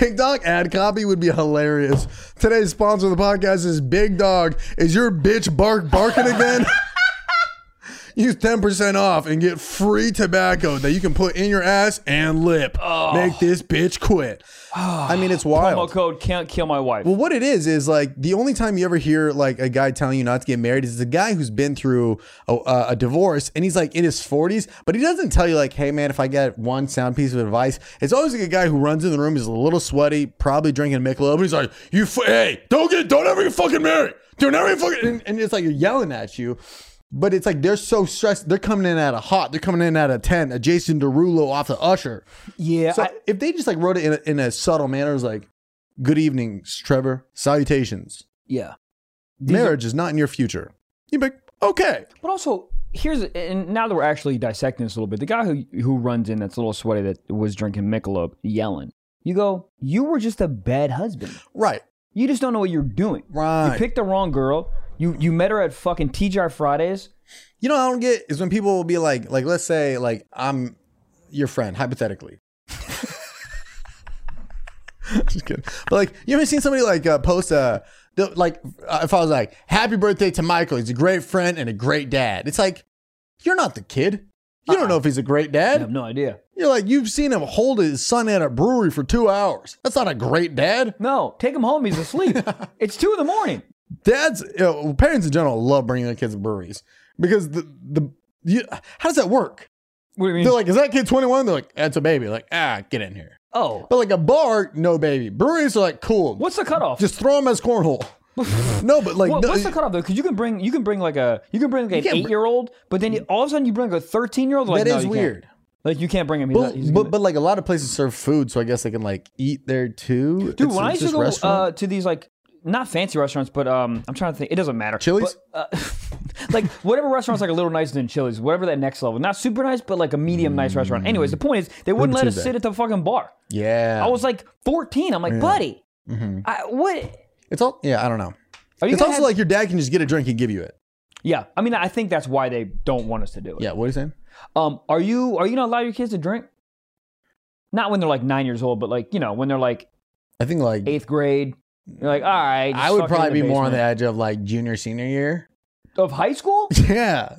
Speaker 2: Big Dog ad copy would be hilarious. Today's sponsor of the podcast is Big Dog. Is your bitch bark barking again? Use 10% off and get free tobacco that you can put in your ass and lip. Make this bitch quit. I mean, it's wild.
Speaker 1: Promo code can't kill my wife.
Speaker 2: Well, what it is is like the only time you ever hear like a guy telling you not to get married is a guy who's been through a, a, a divorce and he's like in his forties, but he doesn't tell you like, hey man, if I get one sound piece of advice, it's always like a guy who runs in the room, is a little sweaty, probably drinking Michelob, and he's like, you, f- hey, don't get, don't ever get fucking married, don't ever get fucking, and, and it's like you're yelling at you. But it's like they're so stressed. They're coming in at a hot. They're coming in at a ten. A Jason Derulo off the Usher.
Speaker 1: yeah,
Speaker 2: So
Speaker 1: I-
Speaker 2: if they just like wrote it in a, in a subtle manner, it's like, "Good evening, Trevor. Salutations.
Speaker 1: yeah.
Speaker 2: Marriage is not in your future." You'd be like, "Okay,
Speaker 1: But also, here's and now that we're actually dissecting this a little bit, the guy who who runs in that's a little sweaty that was drinking Michelob, yelling. You go, you were just a bad husband.
Speaker 2: right,
Speaker 1: You just don't know what you're doing.
Speaker 2: right."
Speaker 1: You picked the wrong girl. You you met her at fucking TGI Fridays.
Speaker 2: You know, what I don't get is when people will be like, like, let's say, like, I'm your friend, hypothetically. Just kidding. But like, you ever seen somebody like uh, post a they'll- like uh, if I was like, "Happy birthday to Michael. He's a great friend and a great dad." It's like, you're not the kid. You don't know if he's a great
Speaker 1: I
Speaker 2: dad.
Speaker 1: have no idea.
Speaker 2: You're like, you've seen him hold his son at a brewery for two hours. That's not a great dad.
Speaker 1: No, take him home. He's asleep. it's two in the morning.
Speaker 2: Dads, you know, parents in general love bringing their kids to breweries because the, the, you, how does that work?
Speaker 1: What do you mean?
Speaker 2: They're like, is that kid 21? They're like, that's a baby. Like, ah, get in here.
Speaker 1: oh,
Speaker 2: But like a bar, no baby. Breweries are like, cool.
Speaker 1: what's the cutoff?
Speaker 2: Just throw them as cornhole. no, but like,
Speaker 1: What-
Speaker 2: no,
Speaker 1: what's the cutoff though? Because you can bring you can bring like a you can bring like an
Speaker 2: can't
Speaker 1: eight
Speaker 2: br-
Speaker 1: year old, but then you, all of a sudden you bring a thirteen year old. Like,
Speaker 2: that
Speaker 1: no,
Speaker 2: is
Speaker 1: you can't.
Speaker 2: weird.
Speaker 1: Like you can't bring him. He's not-
Speaker 2: But,
Speaker 1: he's
Speaker 2: but,
Speaker 1: gonna-
Speaker 2: but like a lot of places serve food, so I guess they can like eat there too.
Speaker 1: Dude,
Speaker 2: It's-
Speaker 1: when I used
Speaker 2: it's
Speaker 1: to
Speaker 2: just
Speaker 1: go
Speaker 2: restaurant.
Speaker 1: uh, to these like not fancy restaurants, but um, I'm trying to think. It doesn't matter.
Speaker 2: Chili's?
Speaker 1: But, uh, like whatever restaurants like a little nicer than Chili's, whatever that next level. Not super nice, but like a medium nice restaurant. Anyways, the point is they wouldn't let us
Speaker 2: Tuesday.
Speaker 1: sit at the fucking bar.
Speaker 2: yeah, Mm-hmm.
Speaker 1: I was like 14. I'm like, buddy, I, what?
Speaker 2: it's all yeah. I don't know.
Speaker 1: Are you
Speaker 2: It's
Speaker 1: gonna
Speaker 2: also
Speaker 1: have-
Speaker 2: like your dad can just get a drink and give you it.
Speaker 1: yeah. I mean, I think that's why they don't want us to do it.
Speaker 2: Yeah, what are you saying?
Speaker 1: Um, are you are you gonna allow your kids to drink? Not when they're like nine years old, but like you know when they're like
Speaker 2: I think like
Speaker 1: eighth grade. You're like, all right.
Speaker 2: I would
Speaker 1: suck it in
Speaker 2: probably be
Speaker 1: the
Speaker 2: more on the
Speaker 1: basement."
Speaker 2: edge of like junior senior year.
Speaker 1: of high school.
Speaker 2: Yeah.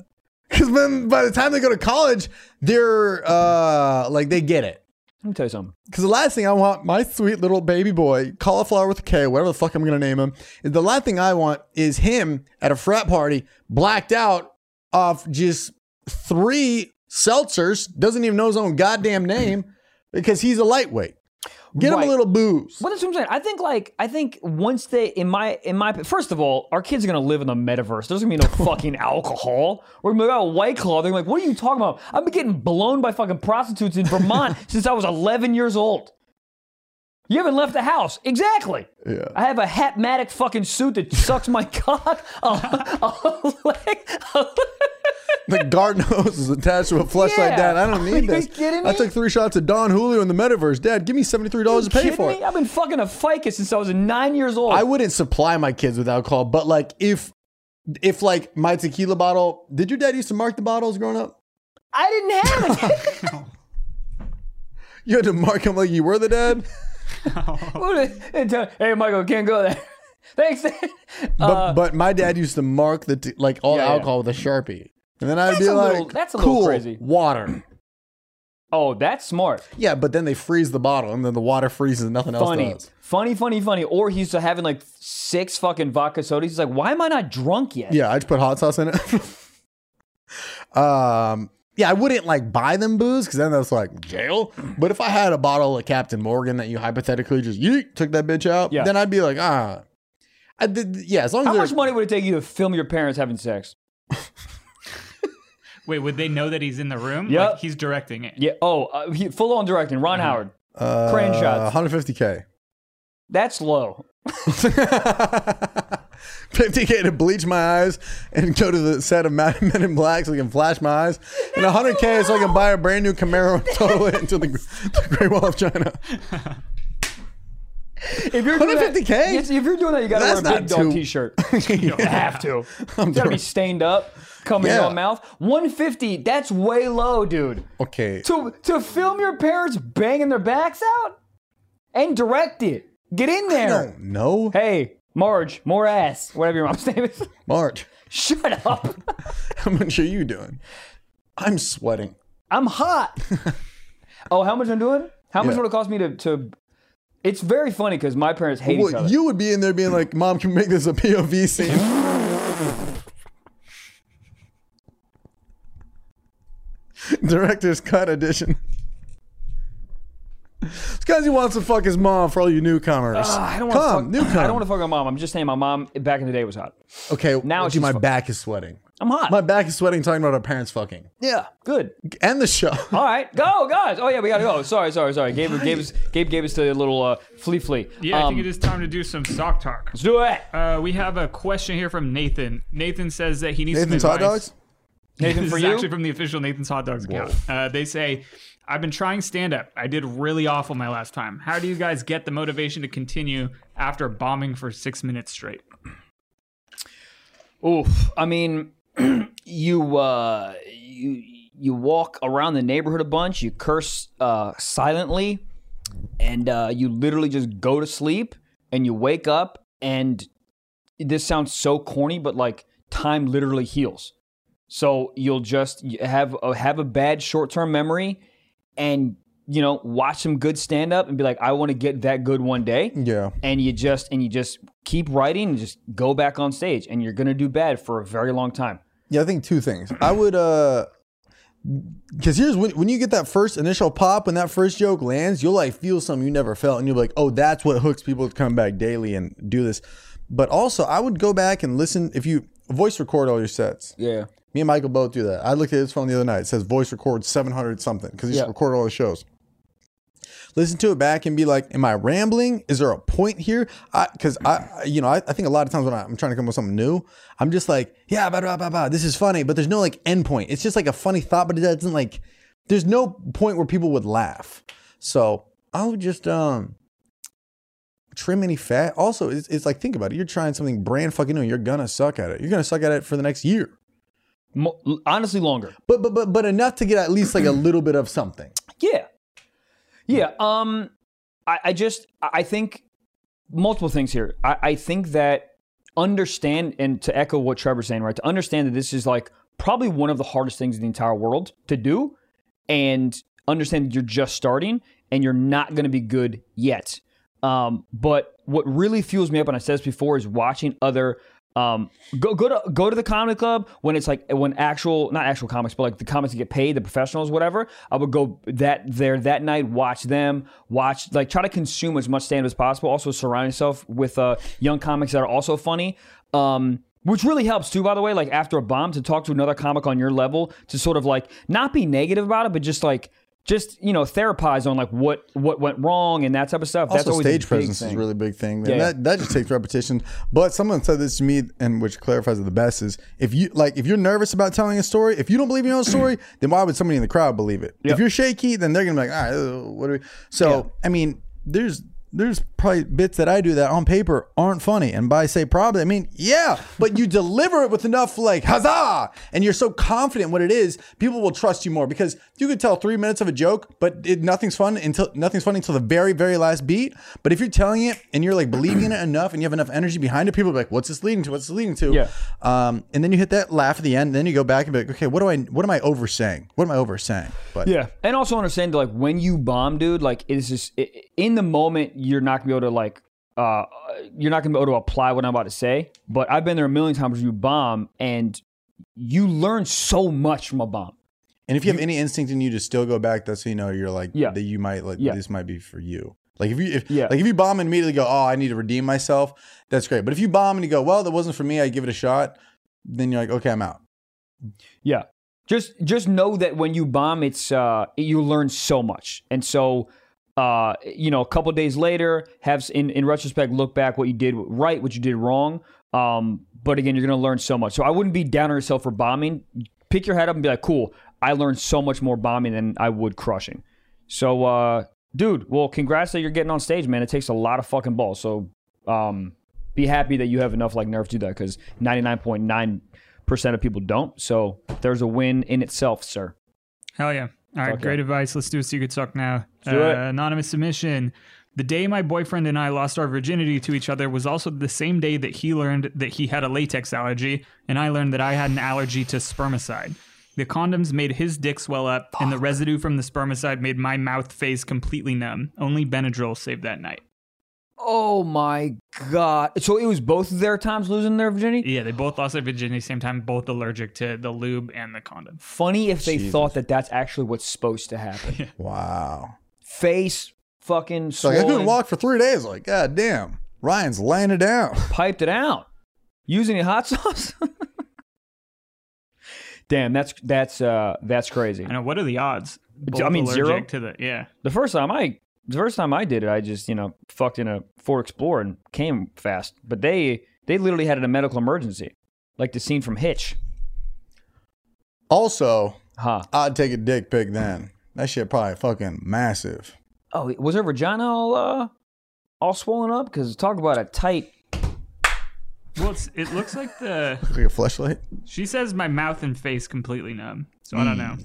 Speaker 2: Because then by the time they go to college, they're uh like they get it.
Speaker 1: Let me tell you something.
Speaker 2: Because the last thing I want, my sweet little baby boy, cauliflower with a K, whatever the fuck I'm gonna name him, is the last thing I want is him at a frat party, blacked out off just three seltzers, doesn't even know his own goddamn name because he's a lightweight. Get him
Speaker 1: Right.
Speaker 2: a little booze.
Speaker 1: Well, that's what I'm saying. I think like I think once they in my in my first of all, our kids are gonna live in the metaverse. There's gonna be no fucking alcohol. We're gonna go white claw. They're gonna be like, what are you talking about? I've been getting blown by fucking prostitutes in Vermont since I was 11 years old. You haven't left the house. Exactly.
Speaker 2: Yeah.
Speaker 1: I have a hatmatic fucking suit that sucks my cock. A, a leg- a-
Speaker 2: The guard nose is attached to a flashlight,
Speaker 1: Yeah.
Speaker 2: Dad. I don't
Speaker 1: Are
Speaker 2: need
Speaker 1: you
Speaker 2: this.
Speaker 1: kidding
Speaker 2: I
Speaker 1: me?
Speaker 2: took three shots of Don Julio in the metaverse. Dad, give me $73 to pay
Speaker 1: kidding
Speaker 2: for
Speaker 1: me?
Speaker 2: it.
Speaker 1: I've been fucking a ficus since I was nine years old.
Speaker 2: I wouldn't supply my kids with alcohol, but like if if like my tequila bottle, did your dad used to mark the bottles growing up?
Speaker 1: I didn't have a kid.
Speaker 2: You had to mark them like you were the dad.
Speaker 1: What is- and tell- hey, Michael, can't go there. Thanks.
Speaker 2: But
Speaker 1: Uh,
Speaker 2: but my dad used to mark the t- like all
Speaker 1: Yeah, yeah.
Speaker 2: alcohol with a sharpie, and then I'd
Speaker 1: That's
Speaker 2: be
Speaker 1: a
Speaker 2: like,
Speaker 1: little- that's a little
Speaker 2: cool,
Speaker 1: crazy."
Speaker 2: water.
Speaker 1: oh, that's smart.
Speaker 2: Yeah, but then they freeze the bottle, and then the water freezes, and nothing
Speaker 1: Funny.
Speaker 2: else does.
Speaker 1: Funny, funny, funny. Or he's having like six fucking vodka sodas. He's like, why am I not drunk yet?
Speaker 2: Yeah, I just put hot sauce in it. um, yeah, I wouldn't like buy them booze because then that's like jail. But if I had a bottle of Captain Morgan that you hypothetically just yeet, took that bitch out,
Speaker 1: Yeah.
Speaker 2: then I'd be like, ah, I did, yeah. As long
Speaker 1: How
Speaker 2: as
Speaker 1: much
Speaker 2: they're-
Speaker 1: money would it take you to film your parents having sex?
Speaker 3: Wait, would they know that he's in the room?
Speaker 1: Yep.
Speaker 3: Like he's directing it.
Speaker 1: Yeah. Oh, uh, he, full on directing. Ron Howard.
Speaker 2: uh,
Speaker 1: Crane shots.
Speaker 2: 150k,
Speaker 1: That's low.
Speaker 2: 50k to bleach my eyes and go to the set of Mad Men in Black so I can flash my eyes, and 100k so I can buy a brand new Camaro and tow it into the, the Great Wall of China.
Speaker 1: If you're doing that-
Speaker 2: 150K?
Speaker 1: Yes, if you're doing that, you gotta
Speaker 2: That's
Speaker 1: wear a big
Speaker 2: not
Speaker 1: dog
Speaker 2: too-
Speaker 1: t-shirt. You don't have to.
Speaker 2: I'm
Speaker 1: It's gotta
Speaker 2: doing-
Speaker 1: be stained up, coming
Speaker 2: Yeah.
Speaker 1: your mouth. 150. That's way low, dude.
Speaker 2: Okay,
Speaker 1: to to film your parents banging their backs out and direct it. Get in
Speaker 2: I
Speaker 1: there.
Speaker 2: don't know.
Speaker 1: Hey, Marge, more ass, whatever your mom's name is.
Speaker 2: March.
Speaker 1: Shut up.
Speaker 2: How much are you doing? I'm sweating.
Speaker 1: I'm hot. oh, how much I'm doing? How much
Speaker 2: Yeah.
Speaker 1: would it cost me to? to... It's very funny because my parents hate each
Speaker 2: Well,
Speaker 1: other.
Speaker 2: you would be in there being like, "Mom, can we make this a POV scene?" Director's cut edition. This guy he wants to fuck his mom for all you newcomers.
Speaker 1: Ah, I don't want
Speaker 2: Come,
Speaker 1: to fuck.
Speaker 2: newcomer.
Speaker 1: I don't want to fuck my mom. I'm just saying my mom back in the day was hot.
Speaker 2: okay,
Speaker 1: Now
Speaker 2: now
Speaker 1: she's
Speaker 2: my
Speaker 1: fuck-
Speaker 2: back is sweating.
Speaker 1: I'm hot.
Speaker 2: My back is sweating talking about our parents fucking.
Speaker 1: yeah, good.
Speaker 2: End the show.
Speaker 1: All right, go guys. Oh yeah, we gotta go. Sorry, sorry, sorry. Gabe gave us Gabe gave us the little uh, flea flea.
Speaker 3: Yeah, I
Speaker 1: Um,
Speaker 3: think it is time to do some sock talk.
Speaker 1: Let's do it.
Speaker 3: Uh, we have a question here from Nathan. Nathan says that he needs
Speaker 2: Nathan's
Speaker 3: some
Speaker 2: hot
Speaker 3: advice.
Speaker 2: dogs.
Speaker 1: Nathan
Speaker 3: this
Speaker 1: for
Speaker 3: is
Speaker 1: you.
Speaker 3: actually from the official Nathan's Hot Dogs account. Uh, they say, I've been trying stand up. I did really awful my last time. How do you guys get the motivation to continue after bombing for six minutes straight?
Speaker 1: Oof. I mean, you uh, you you walk around the neighborhood a bunch. You curse uh, silently, and uh, you literally just go to sleep. And you wake up, and this sounds so corny, but like time literally heals. So you'll just have a, have a bad short term memory, and you know watch some good stand up and be like, I want to get that good one day
Speaker 2: Yeah.
Speaker 1: and you just and you just keep writing and just go back on stage and you're gonna do bad for a very long time
Speaker 2: Yeah, I think two things. I would uh because here's when when you get that first initial pop, when that first joke lands, you'll like feel something you never felt, and you'll be like, oh, that's what hooks people to come back daily and do this. But also, I would go back and listen if you voice record all your sets.
Speaker 1: yeah
Speaker 2: Me and Michael both do that. I looked at his phone the other night. It says voice record 700 something because he's
Speaker 1: Yeah.
Speaker 2: recorded record all his shows. Listen to it back and be like, am I rambling? Is there a point here? Because I, I, you know, I, I think a lot of times when I- I'm trying to come up with something new, I'm just like, yeah, blah, blah, blah, blah. this is funny, but there's no like end point. It's just like a funny thought, but it doesn't like, there's no point where people would laugh. So I would just, um, trim any fat. Also, it's, it's like, think about it. You're trying something brand fucking new. You're gonna suck at it. You're gonna suck at it for the next year
Speaker 1: Mo- l- honestly longer
Speaker 2: but but but but enough to get at least like a little bit of something.
Speaker 1: yeah yeah um i, I just i I think multiple things here I, I think that understand and to echo what trevor's saying right to understand that this is like probably one of the hardest things in the entire world to do and understand that you're just starting and you're not going to be good yet. Um, but what really fuels me up, and I said this before, is watching other. Um, go go to go to the comedy club when it's like when actual not actual comics, but like the comics that get paid, the professionals, whatever. I would go that there that night, watch them, watch like try to consume as much stand up as possible. Also surround yourself with uh, young comics that are also funny. Um, which really helps too, by the way, like after a bomb to talk to another comic on your level to sort of like not be negative about it, but just like just you know therapize on like what what went wrong and that type of stuff. That's
Speaker 2: also,
Speaker 1: always a
Speaker 2: stage
Speaker 1: big
Speaker 2: presence is
Speaker 1: thing.
Speaker 2: a really big thing. man.
Speaker 1: Yeah.
Speaker 2: That that just takes repetition. But someone said this to me, and which clarifies it the best is if you like if you're nervous about telling a story, if you don't believe your own story, then why would somebody in the crowd believe it?
Speaker 1: Yeah.
Speaker 2: If you're shaky, then they're gonna be like, all right, uh, what are we? So I mean, there's. There's probably bits that I do that on paper aren't funny, and by say probably, I mean yeah, but you deliver it with enough like huzzah, and you're so confident in what it is, people will trust you more because you could tell three minutes of a joke, but it, nothing's fun until nothing's funny until the very very last beat. But if you're telling it and you're like believing in it enough, and you have enough energy behind it, people are like, "What's this leading to? What's this leading to?"
Speaker 1: Yeah.
Speaker 2: Um, and then you hit that laugh at the end, and then you go back and be like, "Okay, what do I? What am I oversaying? What am I oversaying?" But
Speaker 1: Yeah, and also understand like when you bomb, dude, like it's just i i- in the moment you're not gonna be able to like uh you're not gonna be able to apply what I'm about to say. But I've been there a million times where you bomb and you learn so much from a bomb.
Speaker 2: And if you have any instinct in you to still go back, that's how you know you're like
Speaker 1: Yeah.
Speaker 2: that you might like
Speaker 1: Yeah.
Speaker 2: this might be for you. Like if you if
Speaker 1: Yeah.
Speaker 2: like if you bomb and immediately go, Oh, I need to redeem myself, that's great. But if you bomb and you go, Well, that wasn't for me, I give it a shot, then you're like, Okay, I'm out.
Speaker 1: Yeah. Just just know that when you bomb, it's uh you learn so much. And so uh you know, a couple days later, have s- in in retrospect look back what you did right, what you did wrong. Um but again, you're going to learn so much. So I wouldn't be down on yourself for bombing. Pick your head up and be like, "Cool, I learned so much more bombing than I would crushing." So uh dude, well, congrats that you're getting on stage, man. It takes a lot of fucking balls. So um be happy that you have enough like nerve to do that because 99.9% of people don't. So there's a win in itself, sir.
Speaker 3: Hell yeah. All right,
Speaker 1: Fuck
Speaker 3: great
Speaker 1: yeah.
Speaker 3: advice. Let's do a secret suck now.
Speaker 1: do it.
Speaker 3: Anonymous submission. The day my boyfriend and I lost our virginity to each other was also the same day that he learned that he had a latex allergy, and I learned that I had an allergy to spermicide. The condoms made his dick swell up, and the residue from the spermicide made my mouth face completely numb. Only Benadryl saved that night.
Speaker 1: Oh my god! So it was both of their times losing their virginity.
Speaker 3: Yeah, they both lost their virginity same time, both allergic to the lube and the condom.
Speaker 1: Funny if they thought that that's actually what's supposed to happen.
Speaker 2: Wow.
Speaker 1: Face fucking
Speaker 2: So like, I couldn't
Speaker 1: swollen,
Speaker 2: walk for three days. Like, god damn, Ryan's laying it down.
Speaker 1: piped it out. Use any hot sauce? Damn, that's that's uh that's crazy.
Speaker 3: I know. What are the odds?
Speaker 1: I mean,
Speaker 3: allergic
Speaker 1: zero?
Speaker 3: to the yeah.
Speaker 1: The first time I the first time I did it, I just, you know, fucked in a Ford Explorer and came fast. But they they literally had a medical emergency. Like the scene from Hitch.
Speaker 2: Also,
Speaker 1: Huh.
Speaker 2: I'd take a dick pic then. That shit probably fucking massive.
Speaker 1: Oh, was her vagina all uh all swollen up? Because talk about a tight
Speaker 3: Well, it's, it looks like the
Speaker 2: Like a flashlight.
Speaker 3: she says my mouth and face completely numb. So I don't know.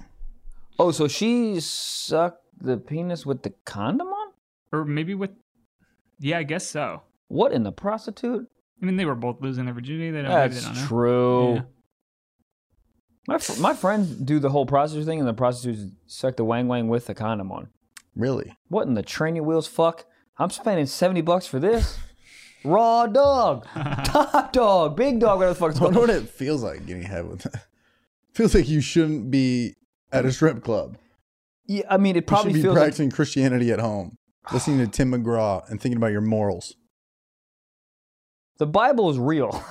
Speaker 1: Oh, so she sucked the penis with the condom on?
Speaker 3: or maybe with yeah i guess so
Speaker 1: What in the prostitute?
Speaker 3: i mean they were both losing their virginity they don't, maybe they
Speaker 1: That's
Speaker 3: don't know
Speaker 1: true.
Speaker 3: Yeah.
Speaker 1: My fr- my friends do the whole prostitute thing, and the prostitutes suck the wang wang with the condom on.
Speaker 2: Really?
Speaker 1: What in the training wheels? Fuck! I'm spending seventy bucks for this. Raw dog, top dog, big dog. Whatever the fuck it's
Speaker 2: I wonder
Speaker 1: called.
Speaker 2: what it feels like getting head with that. Feels like you shouldn't be at a strip club.
Speaker 1: Yeah, I mean, it
Speaker 2: You should
Speaker 1: probably
Speaker 2: be
Speaker 1: feels like
Speaker 2: practicing Christianity at home, listening to Tim McGraw and thinking about your morals.
Speaker 1: the Bible is real.